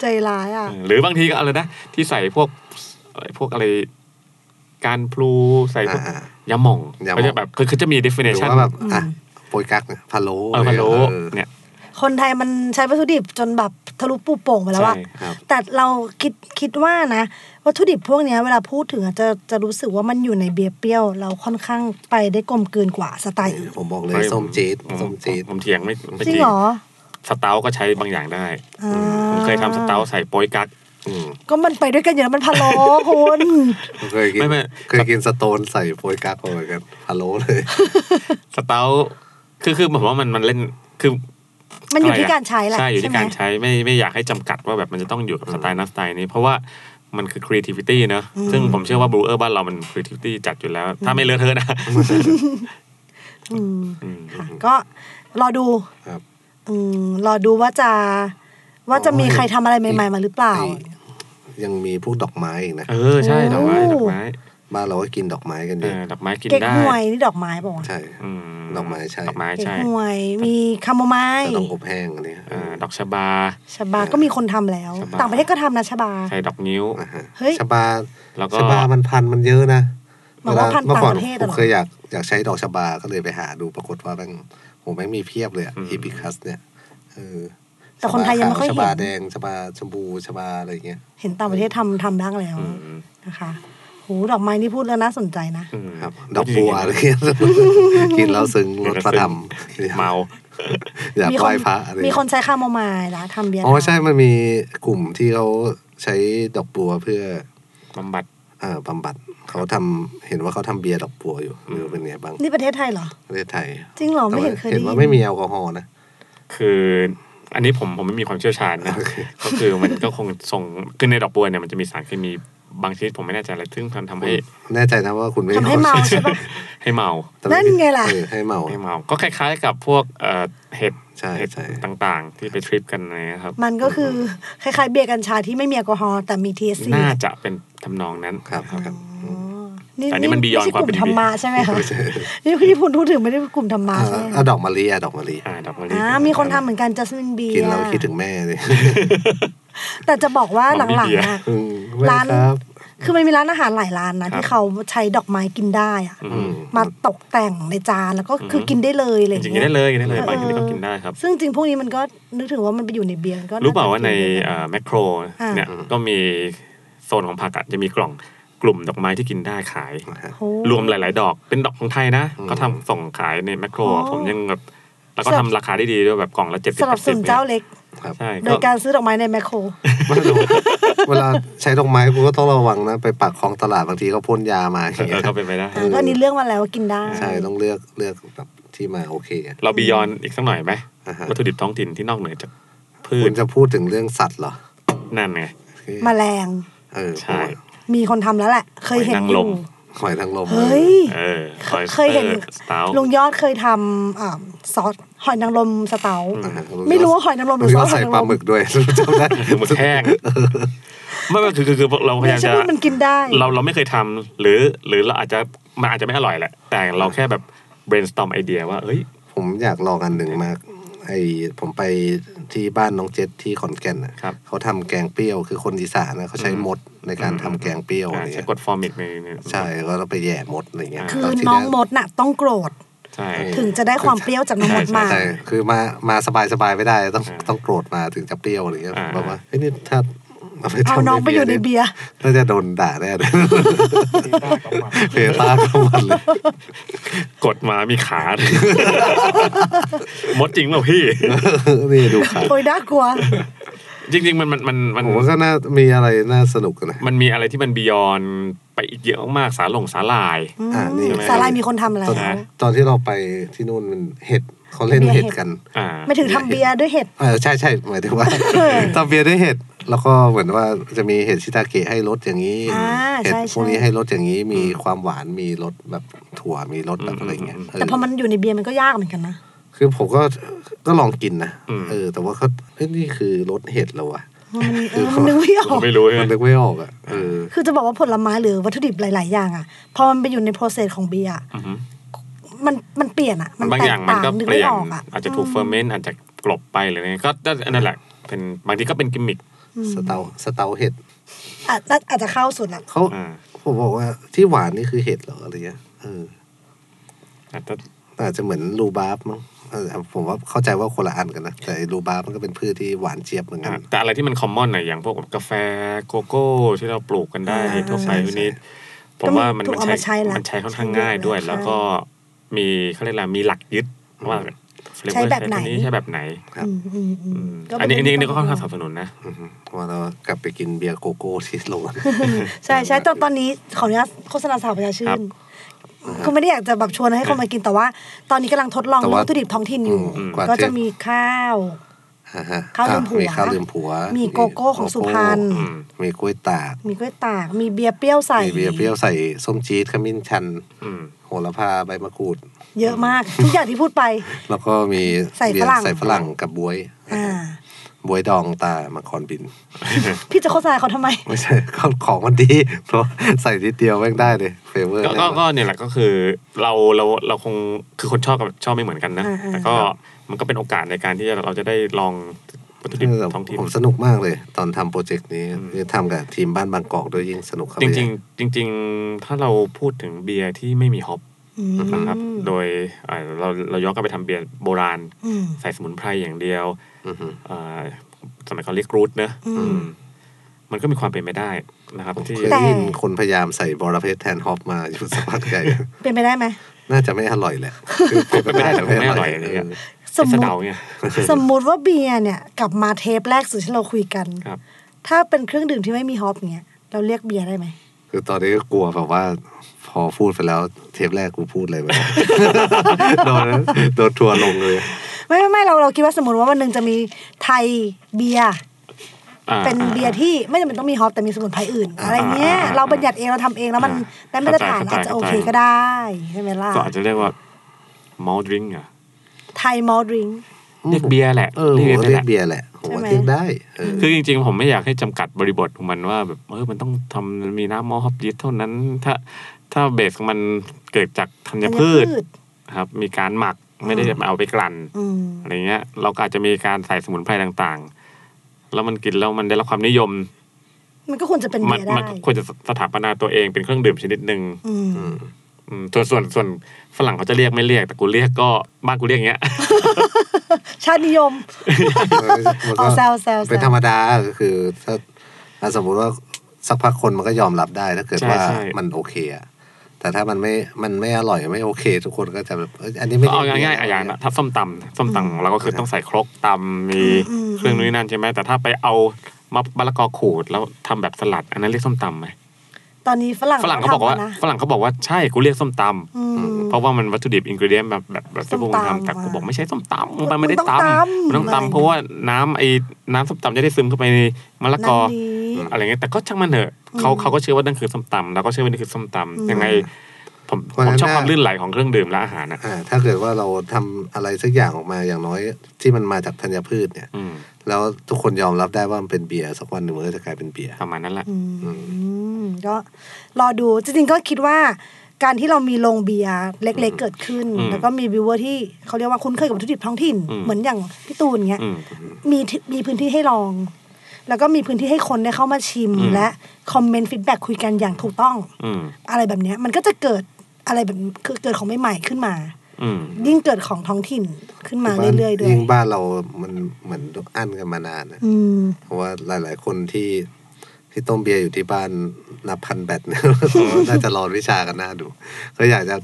Speaker 3: ใจร้ายอ่ะ
Speaker 4: หรือบางทีก็อะไรนะ ที่ใส่พวกเอ่อพวกอะไร การพลูใส่พวก
Speaker 5: อ่า
Speaker 4: ยาหม่อง
Speaker 5: ยาหม่อง
Speaker 4: ก็จะแบบคือคือจะมี
Speaker 5: หรือ
Speaker 4: definition
Speaker 5: ว่าแบบอ่ะโปรยกักเนี่ยพะโล้
Speaker 4: เออพะโล้
Speaker 5: เออ
Speaker 4: เนี่ย
Speaker 3: คนไทยมันใช้วัตถุดิบจนแบบทะลุปูโป่งไปแล้วอ
Speaker 4: ใช่
Speaker 3: ะ
Speaker 5: ครับ
Speaker 3: แต่เราคิดคิดว่านะ วัตถุดิบพวกเนี้ยเวลาพูดถึงอะจะจะรู้สึกว่ามันอยู่ในเบียร์เปรี้ยว เราค่อนข้างไปได้กลมกลืนกว่าสไตล์อื่น
Speaker 5: ผมบอกเลยส้มจี๊ด
Speaker 4: ผ
Speaker 5: ส้มจี๊ด
Speaker 4: ผมเถียงไม่ไม่
Speaker 3: จริงเหรอ
Speaker 4: สเตาก็ใช้บางอย่างได้
Speaker 3: อ่า
Speaker 4: ผมเคยทำสเตาใส่โป๊ยกั๊ก
Speaker 5: อืม
Speaker 3: ก็มันไปด้วยกันอยู่แล้วมันพะโล้คุณ
Speaker 5: เคยกิน
Speaker 4: ไม่ไม่
Speaker 5: เคยกินสโตนใส่โปรยกักเหมือนกันพะโล้เลย
Speaker 4: สเตาคือคือผมว่ามันมันเล่นคือ
Speaker 3: มันอยู่
Speaker 4: ะไะ
Speaker 3: ที่การใช้แหละ
Speaker 4: ใช่อยู่ที่
Speaker 3: ไหม
Speaker 4: การใช้ไม่ไม่อยากให้จำกัดว่าแบบมันจะต้องอยู่กับสไตล์นั้นสไตล์นี้เพราะว่ามันคือ creativity เนอะซึ่งผมเชื่อว่าบรูเออร์บ้านเรามัน creativity จัดอยู่แล้ว ถ้าไม่เลอะเทอะนะ
Speaker 3: อืม
Speaker 4: อืม
Speaker 3: ค่ะก็รอดู
Speaker 5: ครับ
Speaker 3: อืมรอดูว่าจะ ว่าจะมีใครทำอะไรใหม่ ๆ มาหรือเปล่า
Speaker 5: ไยังมีพวกดอกไม้อีกนะ
Speaker 4: เออใช่ดอกไม้
Speaker 3: โอ้
Speaker 4: ดอกไม้
Speaker 5: บ้านเราก็กินดอกไม้กัน
Speaker 4: เอ
Speaker 5: เยอะ
Speaker 4: อดอกไม้กิน
Speaker 3: เก๊ก
Speaker 4: ได้
Speaker 3: ฮวยนี่ดอกไม้บอกว่าวะ
Speaker 5: ใช่
Speaker 4: อืม
Speaker 5: ดอกไม้ใช่
Speaker 4: ดอกไม้
Speaker 3: เก๊ก
Speaker 4: ใช่
Speaker 3: ฮวยมีคาโมไม
Speaker 5: แต่
Speaker 3: ล์
Speaker 5: ต้องอบแห้งอันนี้
Speaker 4: เออดอกชะบา
Speaker 3: ชบาก็มีคนทำแล้ว
Speaker 4: ชบา
Speaker 3: ต่างประเทศก็ทำนะชบา
Speaker 4: ใช่ดอกนิ้ว
Speaker 5: าฮะ
Speaker 3: เฮ้ย
Speaker 5: ชะบา
Speaker 4: แล้วก็
Speaker 5: ชะบามันพันธุ์มันเยอะนะ
Speaker 3: หมายว่าพันธุ์
Speaker 5: เมื่อก่อน
Speaker 3: ต่างประเทศ
Speaker 5: ผ
Speaker 3: อะเหรอ
Speaker 5: มเคยอยากอยากใช้ดอกชะบาก็เลยไปหาดูปรากฏว่าแม่งโหแม่งมีเพียบเลยอะอีพิคัสเนี่ยเออ
Speaker 3: แต่คนไทยยังไม่ค่อย
Speaker 5: ชะ
Speaker 3: เห็
Speaker 5: บาน แดงชะบาชมพูชะบาอะไรอย่างเงี้ย
Speaker 3: เห็นต่างประเทศทำทำบ้างแล้ว
Speaker 4: อืม
Speaker 3: นะคะโหดอกไม้นี่พูดแล้วน่าสนใจนะ
Speaker 4: อืม
Speaker 5: ครับดอกบัวอะไรเงี้ยกินแล้วซึ้งรถประดำ
Speaker 4: เมา
Speaker 5: อยาก
Speaker 3: มี
Speaker 5: ไหว้พระอะไร
Speaker 3: มีคนใช้คาโมไมล์นะทำเบียร์
Speaker 5: อ๋อ
Speaker 3: ไทย
Speaker 5: ใช่มันมีกลุ่มที่เขาใช้ดอกบัวเพื่อบ
Speaker 4: ำบัด
Speaker 5: เอ่อบำบัดเขาทำเห็นว่าเขาทำเบียร์ดอกบัวอยู่หรือเป็นไงบ้าง
Speaker 3: นี่ประเทศไทยเหรอ
Speaker 5: ประเทศไทย
Speaker 3: จริงเหรอ ไม่เห็นเคย
Speaker 5: เห็น
Speaker 3: ได้ยิ
Speaker 5: ว่าน ไม่มีแอลกอฮอล์นะ
Speaker 4: คืออันนี้ผมผมไม่มีความเชี่ยวชาญนะ
Speaker 5: โอเค
Speaker 4: ก็คือมันก็คงส่งคือในดอกบัวเนี่ยมันจะมีสารเคมีบางชนิดผมไม่แน่ใจอะไรซึ่งทำทำให้
Speaker 5: แน่ใจนะว่าคุณไม่
Speaker 3: ทำให้เมาใช่ปะ
Speaker 4: ให้เมา
Speaker 5: แต่ม่
Speaker 3: นั่นไงล่ะ
Speaker 5: เออให้เมา
Speaker 4: ให้เมา ก็คล้ายๆกับพวกเอ่อเห็ด
Speaker 5: ใช่
Speaker 4: เห็ด
Speaker 5: ใช่
Speaker 4: ต่างๆ ที่ไปทริปกันอะไรนะครับ
Speaker 3: มันก็คือคล้ายๆเบียร์กัญชาที่ไม่มีแอลกอฮอล์แต่มี THC
Speaker 4: น่าจะเป็นทำนองนั้น
Speaker 5: ครับครับ
Speaker 3: อ๋อ
Speaker 4: แต่อันนี้มัน beyond
Speaker 3: ไใช่กลุ่
Speaker 4: ความเป็
Speaker 3: ม
Speaker 4: น
Speaker 3: ธรรมะ
Speaker 4: เบียร์
Speaker 3: ใช่ไหมคะนี่คือที่พูดถึงไม่ได้กลุ่มธรรมะ
Speaker 5: อ่า
Speaker 3: ใช่ไหม
Speaker 5: เอาดอกมะลิอะดอกมะลิ
Speaker 4: อ่าดอกมะลิ
Speaker 3: อ่ามีคนทำเหมือนกันจัสมินเบีย
Speaker 5: กินเราคิดถึงแม่เลย
Speaker 3: แต่จะบอกว่า
Speaker 4: มันไม่
Speaker 3: หลัง
Speaker 4: เบียร์
Speaker 3: ๆอะ
Speaker 5: อืมไม่
Speaker 3: ร้าน
Speaker 5: ครับ
Speaker 3: คือมันมีร้านอาหารหลายร้านนะที่เขาใช้ดอกไม้กินได้อะ
Speaker 4: อื
Speaker 5: อื
Speaker 4: ม
Speaker 5: ม
Speaker 3: มาตกแต่งในจานแล้วก็คืออ
Speaker 4: ม
Speaker 3: กินได้เลยอะไรอ
Speaker 4: จ
Speaker 3: ย่าง
Speaker 4: ริงๆกิ
Speaker 3: เงี้ย
Speaker 4: นได้เลยกินได้เลย
Speaker 3: เออ
Speaker 4: บางที่ก็กินได้ครับ
Speaker 3: ซึ่งจริงพวกนี้มันก็นึกถึงว่ามันไปอยู่ในเบียร์ก็
Speaker 4: รู้เปล่าว่าใน
Speaker 3: จะกิได้
Speaker 4: แมคโคร
Speaker 3: อ่า
Speaker 4: เนี่ยก็มีโซนของผักอะจะมีกล่องกลุ่มดอกไม้ที่กินได้ขาย
Speaker 3: โอ้
Speaker 4: รวมหลาย ๆ ดอกเป็นดอกของไทยนะ
Speaker 5: อืม
Speaker 4: เขาทำส่งขายในแมคโคร
Speaker 3: อ๋อ
Speaker 4: ผมยังแบบแล้วก็ทำราคาได้ดีด้วยแบบกล่องละเจ็ดสิบ
Speaker 3: สำหรับ
Speaker 4: สิ
Speaker 3: สุ
Speaker 4: บ
Speaker 3: นเจ้าเล็ก
Speaker 5: ครับ
Speaker 4: ใช่
Speaker 3: โด
Speaker 4: ก็
Speaker 3: ยการซื้อดอกไม้ในแมคโคร
Speaker 5: ไม่รู้เวลาใช้ดอกไม้กูก็ต้องระวังนะ ไปปักคลองตลาดบางทีเขาพ่นยามาอย่าง
Speaker 4: เอ
Speaker 5: เงี้
Speaker 4: อย ก็เป็นไปได้
Speaker 3: อ่ะก็อันนี้เลือกมาแล้วว่ากินได้
Speaker 5: ใช่ต้องเลือกเลือกแบบที่มาโอเคอ่ะ
Speaker 4: เราบียอนอีกสักหน่อยไหม
Speaker 5: อ่าฮะ
Speaker 4: วัตถุดิบท้องถิ่นที่นอกเหนือจากพื
Speaker 5: คุ
Speaker 4: ช
Speaker 5: ณจะพูดถึงเรื่องสัตว์เหรอ
Speaker 4: นั่นไง
Speaker 3: แมลง
Speaker 5: เออ
Speaker 4: ใช่
Speaker 3: มีคนทำแล้วแหละ เคยเห็น
Speaker 4: หอยนาง
Speaker 3: อ
Speaker 4: ร
Speaker 3: ยู่
Speaker 4: ม
Speaker 5: หอยนางรม
Speaker 3: เฮ้ย
Speaker 4: เออ
Speaker 3: เคยเห็น
Speaker 4: สตา
Speaker 3: ลุงยอดเคยทำอ่าซอสหอยนางรมสเตา
Speaker 5: อ่าฮะ
Speaker 3: ไม่รู้ว่าหอยนางรมหรือซอสหอ
Speaker 5: ใส่
Speaker 3: ยนาง
Speaker 5: ปลาร
Speaker 3: ม
Speaker 5: หมึกด้วย จำได้
Speaker 4: หมึกแห้ง ไม่ไม่คือคือคือเราพ
Speaker 3: ไม่
Speaker 4: ยายาม
Speaker 3: ใช่
Speaker 4: จะ
Speaker 3: ว่ามันกินได้
Speaker 4: เราเราไม่เคยทำหรือหรือเราอาจจะมันอาจจะไม่อร่อยแหละ แต่เราแค่แบบ brainstorm ไอเดียว่าเอ้ย
Speaker 5: ผมอยากลองอันหนึ่งมากไอผมไปที่บ้านน้องเจษที่ขอนแก่นน่ะ
Speaker 4: ครับ
Speaker 5: เขาทำแกงเปรี้ยวคือคนอีสานนะเขาใช้มดในการทำแกงเปรี้ยวอะไร
Speaker 4: อ่าใช้
Speaker 5: เงี้ย
Speaker 4: กด format ในใน
Speaker 5: ใช่แล้วเราไปแย่มดอะไรเงี้ย
Speaker 4: อ่า
Speaker 3: คือ
Speaker 5: ตที่
Speaker 3: น้อง
Speaker 5: ได้
Speaker 3: มดน่ะต้องโกรธ
Speaker 4: ใช่
Speaker 5: เออ
Speaker 3: ถึงจะได้ความเปรี้ยวจากน้องมดมา
Speaker 5: ใช่ คือมา มาสบายสบายๆไม่ได้ ต้อง
Speaker 4: อ่า
Speaker 5: ต้องโกรธมาถึงจะเปรี้ยวอะไรเงี้ย
Speaker 4: อ่า
Speaker 5: แบบว่า เฮ้ยนี่ถ้าเอาไป
Speaker 3: เอา
Speaker 5: ทำ
Speaker 3: น้องไปอยู่ในเบียร์
Speaker 5: น่าจะโดนด่าแน่เลยเพตาทั้งวันเลย
Speaker 4: กดมามีขา มดจริงเปล่าพี่
Speaker 5: นี่ดูข่าว
Speaker 3: โอ้ยน่ากลัว
Speaker 4: จริง ๆ มันมันมันมัน
Speaker 5: ผมว่าก็น่า มีอะไรน่าสนุกนะ
Speaker 4: มันมีอะไรที่มันบียอนไปอีกเยอะมากสาหลงสาลาย
Speaker 3: อืม
Speaker 5: อ่านี่
Speaker 3: สาลายมีคนทำแล้ว
Speaker 5: ตอน
Speaker 4: ใช่
Speaker 5: ตอนที่เราไปที่นู่นมันเห็ดเขาเล่น
Speaker 3: เบียร์เห็
Speaker 5: เห็
Speaker 3: ด
Speaker 5: ดกัน
Speaker 4: อ่า
Speaker 3: ไม่ถึงทำเบียร์ด้วยเห็ด
Speaker 5: เออใช่ใช่หมายถึงว่า
Speaker 3: เออ
Speaker 5: ตำเบียร์ด้วยเห็ด แล้วก็เหมือนว่าจะมีเห็ดชิตาเกะให้รสอย่างนี้
Speaker 3: อ่า
Speaker 5: เห็ด
Speaker 3: ใช่
Speaker 5: พวกนี้
Speaker 3: ใช่
Speaker 5: ให้รสอย่างนี้ มีความหวาน มีรสแบบถั่ว มีรสแบบอะไรเงี้ย
Speaker 4: อืม
Speaker 5: เ
Speaker 3: แต่พอมันอยู่ในเบียร์มันก็ยากเหมือน กันนะ
Speaker 5: คือผมก็ก็ลองกินนะ
Speaker 4: อืม
Speaker 5: เออ แต่ว่าเขาเฮ้ยนี่คือรสเห็ดแล้ววะ
Speaker 3: มันมีเออ
Speaker 5: คือ
Speaker 3: มันนึกไม่อ
Speaker 4: ผ
Speaker 3: อ
Speaker 4: ม
Speaker 3: ก
Speaker 4: ไม่รู้ใช่ไห
Speaker 5: มัน
Speaker 4: ม
Speaker 5: นึกไม่ออกอ่ะเออ
Speaker 3: คือจะบอกว่าผลไม้หรือวัตถุดิบหลาย ๆ อย่างอ่ะ พอมันไปอยู่ในโปรเซสของเบียร์อะ
Speaker 4: อือฮึ
Speaker 3: มันมันเปลี่ยนอ่ะ มัน
Speaker 4: บาง
Speaker 3: แต
Speaker 4: อก ย่างมัน
Speaker 3: ต่าง
Speaker 4: ก็
Speaker 3: นึก
Speaker 4: เป
Speaker 3: ไม่
Speaker 4: ลี่ยน
Speaker 3: ออกอ่ะ
Speaker 4: อาจจะถูก
Speaker 3: ม
Speaker 4: เฟอร์เมนต์อาจจะกลบไปหรืออะไรเงี้ยก็ก็นั่นแหละเป็นบางทีก็เป็นกิมมิค
Speaker 5: สเตาสเตาเห็ด
Speaker 3: อ่ะน่าอาจจะเข้าสุดละ
Speaker 5: เขา
Speaker 4: อ่า
Speaker 5: ผมบอกว่าที่หวานนี่คือเห็ดเหรออะไรเงี้ยเออ
Speaker 4: อาจจะ
Speaker 5: อาจจะเหมือนรูบาร์บมั้งเออผมว่าเข้าใจว่าคนละอันกันนะ แต่ไอ้รูบาร์บมันก็เป็นพืชที่หวานเจี๊ยบเหมือนกัน
Speaker 4: อ่ะแต่อะไรที่มันคอมมอนหน่อยอย่างพวกกาแฟโกโก้ที่เราปลูกกันได้ในทั่วไป
Speaker 5: ใช่
Speaker 4: พวกนี้ผมว่ามัน
Speaker 3: ถูก
Speaker 4: มัน
Speaker 3: เอา
Speaker 4: ใช้
Speaker 3: มาใช้ละ
Speaker 4: มันใช้ค่อนข้างง่ายด้วย
Speaker 3: ใช่
Speaker 4: แล้วก็มีเขาเรียกอะไรมีหลักยึดว่า flavor
Speaker 3: ใช้แบบไหน
Speaker 4: ตัวนี้ใช้แบบไหน
Speaker 5: ครับ
Speaker 3: อืมอืมอืม
Speaker 4: อืม
Speaker 3: ก็เป็
Speaker 4: อันนี้อันนี้อันนี้ก็ค่อนข้างสนั
Speaker 3: เรื่
Speaker 4: บสนุนนะ
Speaker 5: อือฮึว่าเรากลับไปกินเบียร์โกโก้ที่โรงงาน
Speaker 3: ใช่ใช่ตอนตอนนี้ขออนุญาตโฆษณาสาวประชาชื่
Speaker 4: ครั
Speaker 3: น
Speaker 4: บ
Speaker 3: ก็ไม่ได้อยากจะแบบชวนให้คนมากินแต่ว่า ตอนนี้กำลังทดลอง
Speaker 5: แต่ว่า
Speaker 3: วัตถุดิบท้องถิ่นอยู่
Speaker 5: อืมกว่า
Speaker 3: ก็
Speaker 5: จะ
Speaker 3: จะมีข้าว
Speaker 5: อ่า ฮะ
Speaker 3: ข้าวลืมผัว
Speaker 5: อ่ะมีข้าวลืมผัว
Speaker 3: มีโกโก้ของสุพรรณ
Speaker 5: โก
Speaker 4: อื
Speaker 5: โก้
Speaker 4: ม
Speaker 5: มีกล้วยตาก
Speaker 3: มีกล้วยตาก มีเบียร์เปรี้ยวใส่
Speaker 5: มีเบียร์เปรี้ยวใส่ส้มจี๊ดขมิ้นชัน
Speaker 4: อืม
Speaker 5: โหระพาใบมะกรูด
Speaker 3: เยอะมาก ทุกอย่างที่พูดไป
Speaker 5: แล้วก็มี
Speaker 3: ใส่
Speaker 5: เบีย
Speaker 3: ฝรั่
Speaker 5: ร์
Speaker 3: ง
Speaker 5: ใส่ฝรั่งกับบวย
Speaker 3: อ่า
Speaker 5: บวยดองตามังกรบิน
Speaker 3: พี่จะโฆษณาเขาทำไม
Speaker 5: ไม่ใช่ ของของมันดีเพราะใส่นิดเดียวแม่งได้เลยเฟเวอร์
Speaker 4: ก็
Speaker 5: แน่น
Speaker 4: ก็
Speaker 5: อน
Speaker 4: ก็เนี่ยแหละก็คือเราเราเราคงคือคนชอบกับชอบไม่เหมือนกันนะ
Speaker 3: อ่าๆ
Speaker 4: แต่ก็มันก็เป็นโอกาสในการที่เราจะได้ลองวัตถุดิบท้องถิ่น
Speaker 5: ผมสนุกมากเลย ตอนทำโปรเจกต์นี้คือทำกับทีมบ้านบางกอกด้วยยิ่งสนุกเข้าไป
Speaker 4: จ
Speaker 5: ให
Speaker 4: ริ
Speaker 5: ญ่
Speaker 4: งๆจริง ๆ ถ้าเราพูดถึงเบียร์ที่ไม่มีฮอป
Speaker 3: อืม
Speaker 4: นะครับโดยเอ่อเราเราย้อนกลับไปทำเบียร์โบราณ
Speaker 3: อืม
Speaker 4: ใส่สมุนไพรอย่างเดียว
Speaker 5: อือฮึ
Speaker 4: เอ่อสมัยก่อนเรียกกรูดเนอะ
Speaker 3: อืม
Speaker 4: อืมมันก็มีความเป็นไปได้นะครับ
Speaker 5: ผม
Speaker 4: ที่
Speaker 5: เคยได้ยินคนพยายามใส่บอระเพ็ดแทนฮอปมาอยู่ สักพักใหญ่
Speaker 3: เป็นไปได้ไหม
Speaker 5: น่าจะไม่อร่อยแหละคือ
Speaker 4: เป็นไปได้แต่ไม่อ ร่อยอะไรเงี้ย
Speaker 3: สม
Speaker 4: ไอ้
Speaker 3: ม
Speaker 4: สะ
Speaker 3: ติ
Speaker 4: เดาเนี่ย
Speaker 3: สมมุติว่าเบียร์เนี่ยกลับมาเทปแรกสุดที่เราคุยกัน
Speaker 4: ครับ
Speaker 3: ถ้าเป็นเครื่องดื่มที่ไม่มีฮอปเงี้ย เราเรียกเบียร์ได้ไหม
Speaker 5: คือตอนนี้ก็กลัวแบบว่า พอพูดไปแล้วเทปแรกกูพูดอะไรไป โดนโดนทัวร์ลงเลย
Speaker 3: ไม่ไม่ไม่เราเราคิดว่าสมมติว่าวันหนึ่งจะมีไทยเบียร์
Speaker 4: อ่า
Speaker 3: เป็นเบียร์ที่ไม่จำเป็นต้องมีฮอปแต่มีสมุนไพรอื่น อะไรเงี้ย
Speaker 4: อ่าอ่า
Speaker 3: เราบัญญัติเองเราทำเองแล้วมัน
Speaker 4: อ่า
Speaker 3: ได้มาตรฐาน
Speaker 4: เข้า
Speaker 3: อาจ
Speaker 4: ใจ
Speaker 3: จะโอเค
Speaker 4: เข้าใจ
Speaker 3: ก็ได้ใช่ไหมล่ะ
Speaker 4: ก็อาจจะเรียกว่า มอลดริงอ่ะ
Speaker 3: ไทยมอลดริง
Speaker 4: เรียกเบียร์แหละ
Speaker 5: เออผมว่า
Speaker 4: เรี
Speaker 5: เรี
Speaker 4: ย
Speaker 5: ย
Speaker 4: ก
Speaker 5: ก
Speaker 4: เบียร์แหละ
Speaker 5: เบียร์แหละผมว่าเรี
Speaker 3: ใช่ไหม
Speaker 5: ยกได้เออ
Speaker 4: คือจริง ๆ ผมไม่อยากให้จำกัดบริบทของมันว่าแบบเออมันต้องทำมีน้ำมอลฮอปยิสเท่านั้น ถ้าถ้าเบสของมันเกิดจากธัญพืช
Speaker 3: ช
Speaker 4: ครับมีการหมักไม่ได้เอาไปกลั่น
Speaker 3: อืม
Speaker 4: อะไรเงี้ยเราก็อาจจะมีการใส่สมุนไพรต่างๆ แล้วมันกินแล้วมันได้รับความนิยม
Speaker 3: มันก็ควรจะเป็น
Speaker 4: มั
Speaker 3: เบียร์ได้
Speaker 4: มัควรจะสถาปนาตัวเองเป็นเครื่องดื่มชนิดหนึ่ง
Speaker 3: อืม
Speaker 5: อืม
Speaker 4: อืมส่วนส่วนส่วนฝรั่งเขาจะเรียกไม่เรียก แต่กูเรียกก็บ้านกูเรียกอย่างเงี้ย
Speaker 3: ชาตินิยม
Speaker 5: มัน
Speaker 3: อ๋
Speaker 5: ก็
Speaker 3: อแซวแซวแซว
Speaker 5: เป็นธรรมดาก็คือถ้าถ้าสมมุติว่าสักพักคนมันก็ยอมรับได้ถ้าเกิด
Speaker 4: ใช่
Speaker 5: ว่า
Speaker 4: ใช่
Speaker 5: มันโอเคอะแต่ถ้ามันไม่มันไม่อร่อยไม่โอเค ทุกคนก็จะแบบเอ้ยอันนี้ไม่ได้
Speaker 4: เอาง่ายๆอ่ะอย่างนะถ้าส้มตำส้มตำของเราก็คือต้องใส่ครกตำมี
Speaker 3: อืม
Speaker 4: เครื่องนู้นนนั่นใช่ไหมแต่ถ้าไปเอามะมะละกอขูดแล้วทำแบบสลัด อันนั้นเรียกส้มตำไหม
Speaker 3: ตอนนี้ฝรั่ง
Speaker 4: ฝรั่งเขาบอกว่า
Speaker 3: ทำนะ
Speaker 4: ฝรั่งเขาบอกว่าใช่กูเรียกส้มตำ
Speaker 3: อืม
Speaker 4: เพราะว่ามันวัตถุดิบอินกริเดียนแบบแบบแบบที่พวกมึ
Speaker 3: ส้ม
Speaker 4: ง
Speaker 3: ตำ
Speaker 4: ทำแต่กู
Speaker 3: อ่ะ
Speaker 4: บอกไม่ใช่ส้มตำมันไม่ได้
Speaker 3: มันต้องต
Speaker 4: ตำ
Speaker 3: ำ
Speaker 4: มันต้อง
Speaker 3: อะไร
Speaker 4: ตำเพราะว่าน้ำไอ้น้ำส้มตำจะได้ซึมเข้าไปในมะละกอ
Speaker 3: น้ำดี
Speaker 4: อะไรเงี้ยแต่ก็ช่างมันเถอะเขาเขาก็เชื่อว่านั่นคือส้มตำเราก็เชื่อว่านี่คือส้มตำยังไง ผม
Speaker 5: เพราะฉะ
Speaker 4: ผม
Speaker 5: นั้น
Speaker 4: ชอบความ
Speaker 5: น่ะ
Speaker 4: ลื่นไหลของเครื่องดื่มและอาหารอ่ะ
Speaker 5: อ่าถ้าเกิดว่าเราทำอะไรสักอย่างออกมาอย่างน้อยที่มันมาจากธัญพืชเนี่ย
Speaker 4: อืม
Speaker 5: แล้วทุกคนยอมรับได้ว่ามันเป็นเบียร์สักวันหนึ่งมันก็จะกลายเป็นเบียร์
Speaker 4: ประมาณนั้นแหละ
Speaker 3: อืมก็รอดูจริงๆก็คิดว่า การที่เรามีโรงเบียร์เล็กๆเกิดขึ้น
Speaker 4: อืม
Speaker 3: แล้วก็มีบิวเวอร์ที่เขาเรียกว่าคุ้นเคยกับวัตถุดิบท้องถิ่น
Speaker 4: อืม
Speaker 3: เหมือนอย่างพี่ตูนเงี้ย
Speaker 4: อืม
Speaker 3: มีที่มีพื้นที่ให้ลอง แล้วก็มีพื้นที่ให้คนได้เข้ามาชิม
Speaker 4: อืม
Speaker 3: และคอมเมนต์ฟีดแบ็คุยกันอย่างถูกต้อง
Speaker 4: อืม
Speaker 3: อะไรแบบเนี้ยมันก็จะเกิดอะไรแบบคือเกิดของใหม่ๆขึ้นมา
Speaker 4: อืม
Speaker 3: ยิ่งเกิดของท้องถิ่นขึ้นมา
Speaker 5: บ้น
Speaker 3: เรื่อยๆด้วย
Speaker 5: ยิ่งบ้านเรามันเหมือนอั้นกันมานานนะ
Speaker 3: อืม
Speaker 5: เพราะว่าหลาย ๆ คนที่ที่ต้มเบียร์อยู่ที่บ้านนับพันแบต เนี่ย น่าจะรอวิชากันหน้าดู ก็อยากจะ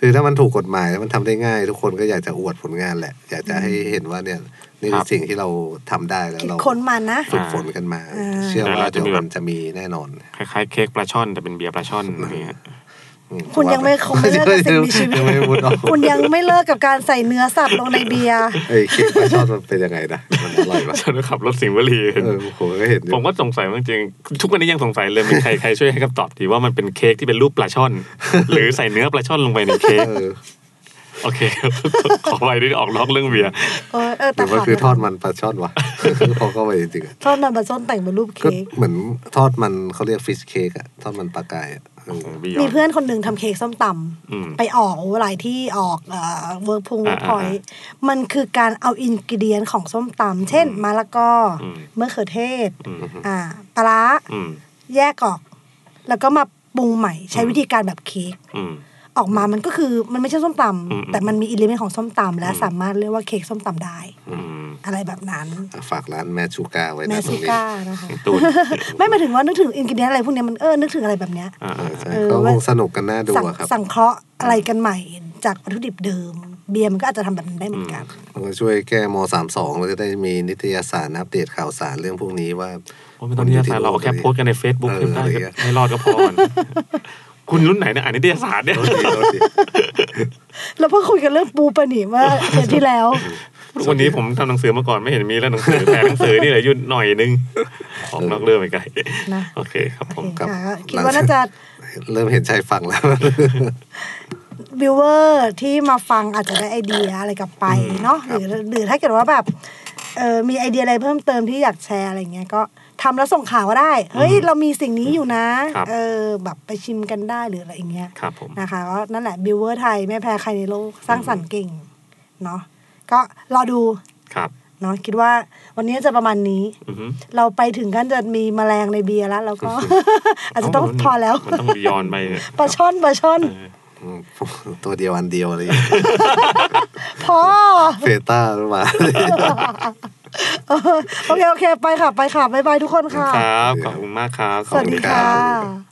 Speaker 5: คือถ้ามันถูกกฎหมายแล้วมันทำได้ง่าย ทุกคนก็อยากจะอวดผลงานแหละ อยากจะให้เห็นว่าเนี่ยนี่คือสิ่งที่เราทำได้แล้ว
Speaker 3: คิด
Speaker 5: เรา
Speaker 3: ค้นมานะ
Speaker 5: ฝึกฝนกันมา
Speaker 3: อ่า
Speaker 5: เชื่อว่าเดี๋ยวมันจะมีแน่นอน
Speaker 4: คล้ายๆเค้กปลาช่อนแต่เป็นเบียร์ปลาช่อนอะไรเงี้ย
Speaker 3: คุณยังไม่คงไม่เลิกกับสิ่งมีชีวิต
Speaker 5: ยังไม่พูดออก
Speaker 3: คุณยังไม่เลิกกับการใส่เนื้อสัตว์ลงในเบียร์
Speaker 5: ไอ้เค้กปลาชอดมันเป็นยังไงนะมันอร่ อยปะ
Speaker 4: ฉันก็ขับรถสิงห์บุรีเห็น
Speaker 5: เออผมก็เห็นอยู่
Speaker 4: ผมก็สงสัยว่าจริงๆทุกวันนี้ยังสงสัยเลย มีใครใครช่วยให้คำตอบทีว่ามันเป็นเค้กที่เป็นรูปปลาช่อน หรือใส่เนื้อปลาช่อนลงไปในเค้ก
Speaker 5: เออ
Speaker 4: โอเค ขอไปด้วยออกนอกเรื่องเบียร์
Speaker 3: เออเออ
Speaker 5: หรื
Speaker 3: แต่
Speaker 5: อว่า
Speaker 3: ขาด
Speaker 5: คือทอดมันปลาช่อนวะ พอเข้าไปจริงๆอะ
Speaker 3: ทอดมันปลาส้นแต่งเป็นรูป
Speaker 5: ก็
Speaker 3: เค้ก
Speaker 5: เหมือนทอดมันเขาเรียกฟิชเค้กอะทอดมันปลากายอะเออ
Speaker 3: มีเพื่อนคนหนึ่งทำเค้กส้มตำ
Speaker 4: อืม
Speaker 3: ไปออกหลายที่ออกเวิร์กพุงเวิร์กพอย
Speaker 4: อ่า
Speaker 3: มันคือการเอาอินกิเดียนของส้มตำเช่นมะละกออ
Speaker 4: ม
Speaker 3: มะเขือเทศ
Speaker 4: อืม
Speaker 3: อ่าปลาร้า
Speaker 4: อืม
Speaker 3: แยกออก แล้วก็มาปรุงใหม่ใช้วิธีการแบบเค้ก
Speaker 4: อืม
Speaker 3: ออกมามันก็คือมันไม่ใช่ส้มตำ
Speaker 4: อืม
Speaker 3: แต่มันมีอิเลเมนต์ของส้มตำและสามารถเรียกว่าเค้กส้มตำได้
Speaker 4: อืม
Speaker 3: อะไรแบบนั้น
Speaker 5: อ่ะฝากร้านแมชูกาไว้
Speaker 3: แม
Speaker 5: นะตร
Speaker 3: ซู
Speaker 5: งนี้
Speaker 3: ก้านะคะ
Speaker 4: ตูน
Speaker 3: ไม่หมายถึงว่านึกถึงอินกิเดียนอะไรพวกเนี้ยมันเออนึกถึงอะไรแบบเนี้ย
Speaker 4: อ่า
Speaker 5: เอ
Speaker 4: อ่
Speaker 5: อ
Speaker 4: า
Speaker 5: ใช่
Speaker 3: เออ
Speaker 5: ก็ค
Speaker 3: ว่า
Speaker 5: งสนุกกันน่าดู
Speaker 3: สั่ง
Speaker 5: อะครับ
Speaker 3: สั่งเคราะห์อะไรกันใหม่จากวัตถุดิบเดิม เบียร์มันก็อาจจะทำแบบนั้นได้เหมือนกัน
Speaker 5: มันก็ช่วยแก้มสามสองเราจะได้มีนิตยสารอัปเดต ข่าวสารเรื่องพวกนี้ว่า
Speaker 4: โอ้ยไม่ต้องนิตยสารเราเอาแค่โพสต์กันใน Facebook ขึ้นได้ก็ให้รอดก็พอก่อน คุณรุ่นไหนเนี่ยอ่านนิตยสาร เนี่ย
Speaker 5: โทษทีโทษที
Speaker 3: แล้วเพิ่งคุยกันเรื่องปูปะหนิว่าเดือนที่แล้ว
Speaker 4: วันนี้ผมทำหนังสือมาก่อนไม่เห็นมีแล้วหนังสือแต่หนังสือนี่เหลืออยู่หน่อยนึง ออกนอกเรื่องไปไกล
Speaker 3: นะ
Speaker 4: โอเคครับผม
Speaker 3: โอเค่ะคิดว่าน่าจะ
Speaker 5: เริ่มเห็นชายฝั่งแล้ว
Speaker 3: วิวเวอร์ที่มาฟังอาจจะได้ไอเดียอะไรกลับไปเนาะหรือหรือถ้าเกิดว่าแบบเออมีไอเดียอะไรเพิ่มเติมที่อยากแชร์อะไรเงี้ยก็ทำแล้วส่งข่าวก็ได้เฮ้ยเรามีสิ่งนี้อยู่นะครับ เออแบบไปชิมกันได้หรืออะไรอย่างเงี้ย
Speaker 4: ครับผม
Speaker 3: นะคะก็นั่นแหละบิวเวอร์ไทยไม่แพ้ใครในโลกสร้างสรรค์เก่งเนาะก็รอดู
Speaker 4: ครับ
Speaker 3: เนาะคิดว่าวันนี้จะประมาณนี้
Speaker 4: อือฮึ
Speaker 3: เราไปถึงกันจะมีแมลงในเบียร์แล้วเราก็ อาจจะต้องพอแล้ว
Speaker 4: มันต้องบียอนไปเนี่ย
Speaker 3: ปลาช่อนปลาช่อน
Speaker 5: ตัวเดียวอันเดียว อะไรอย่างเงี้ย
Speaker 3: พอ
Speaker 5: เฟต้าหรือเปล่า
Speaker 3: เออโอเคโอเค ไปค่ะ ไปค่ะ บ๊ายบายทุกคนค่ะ
Speaker 4: ครับขอบคุณมากครับ
Speaker 3: สวัสดี
Speaker 5: รับ
Speaker 3: ค่ะ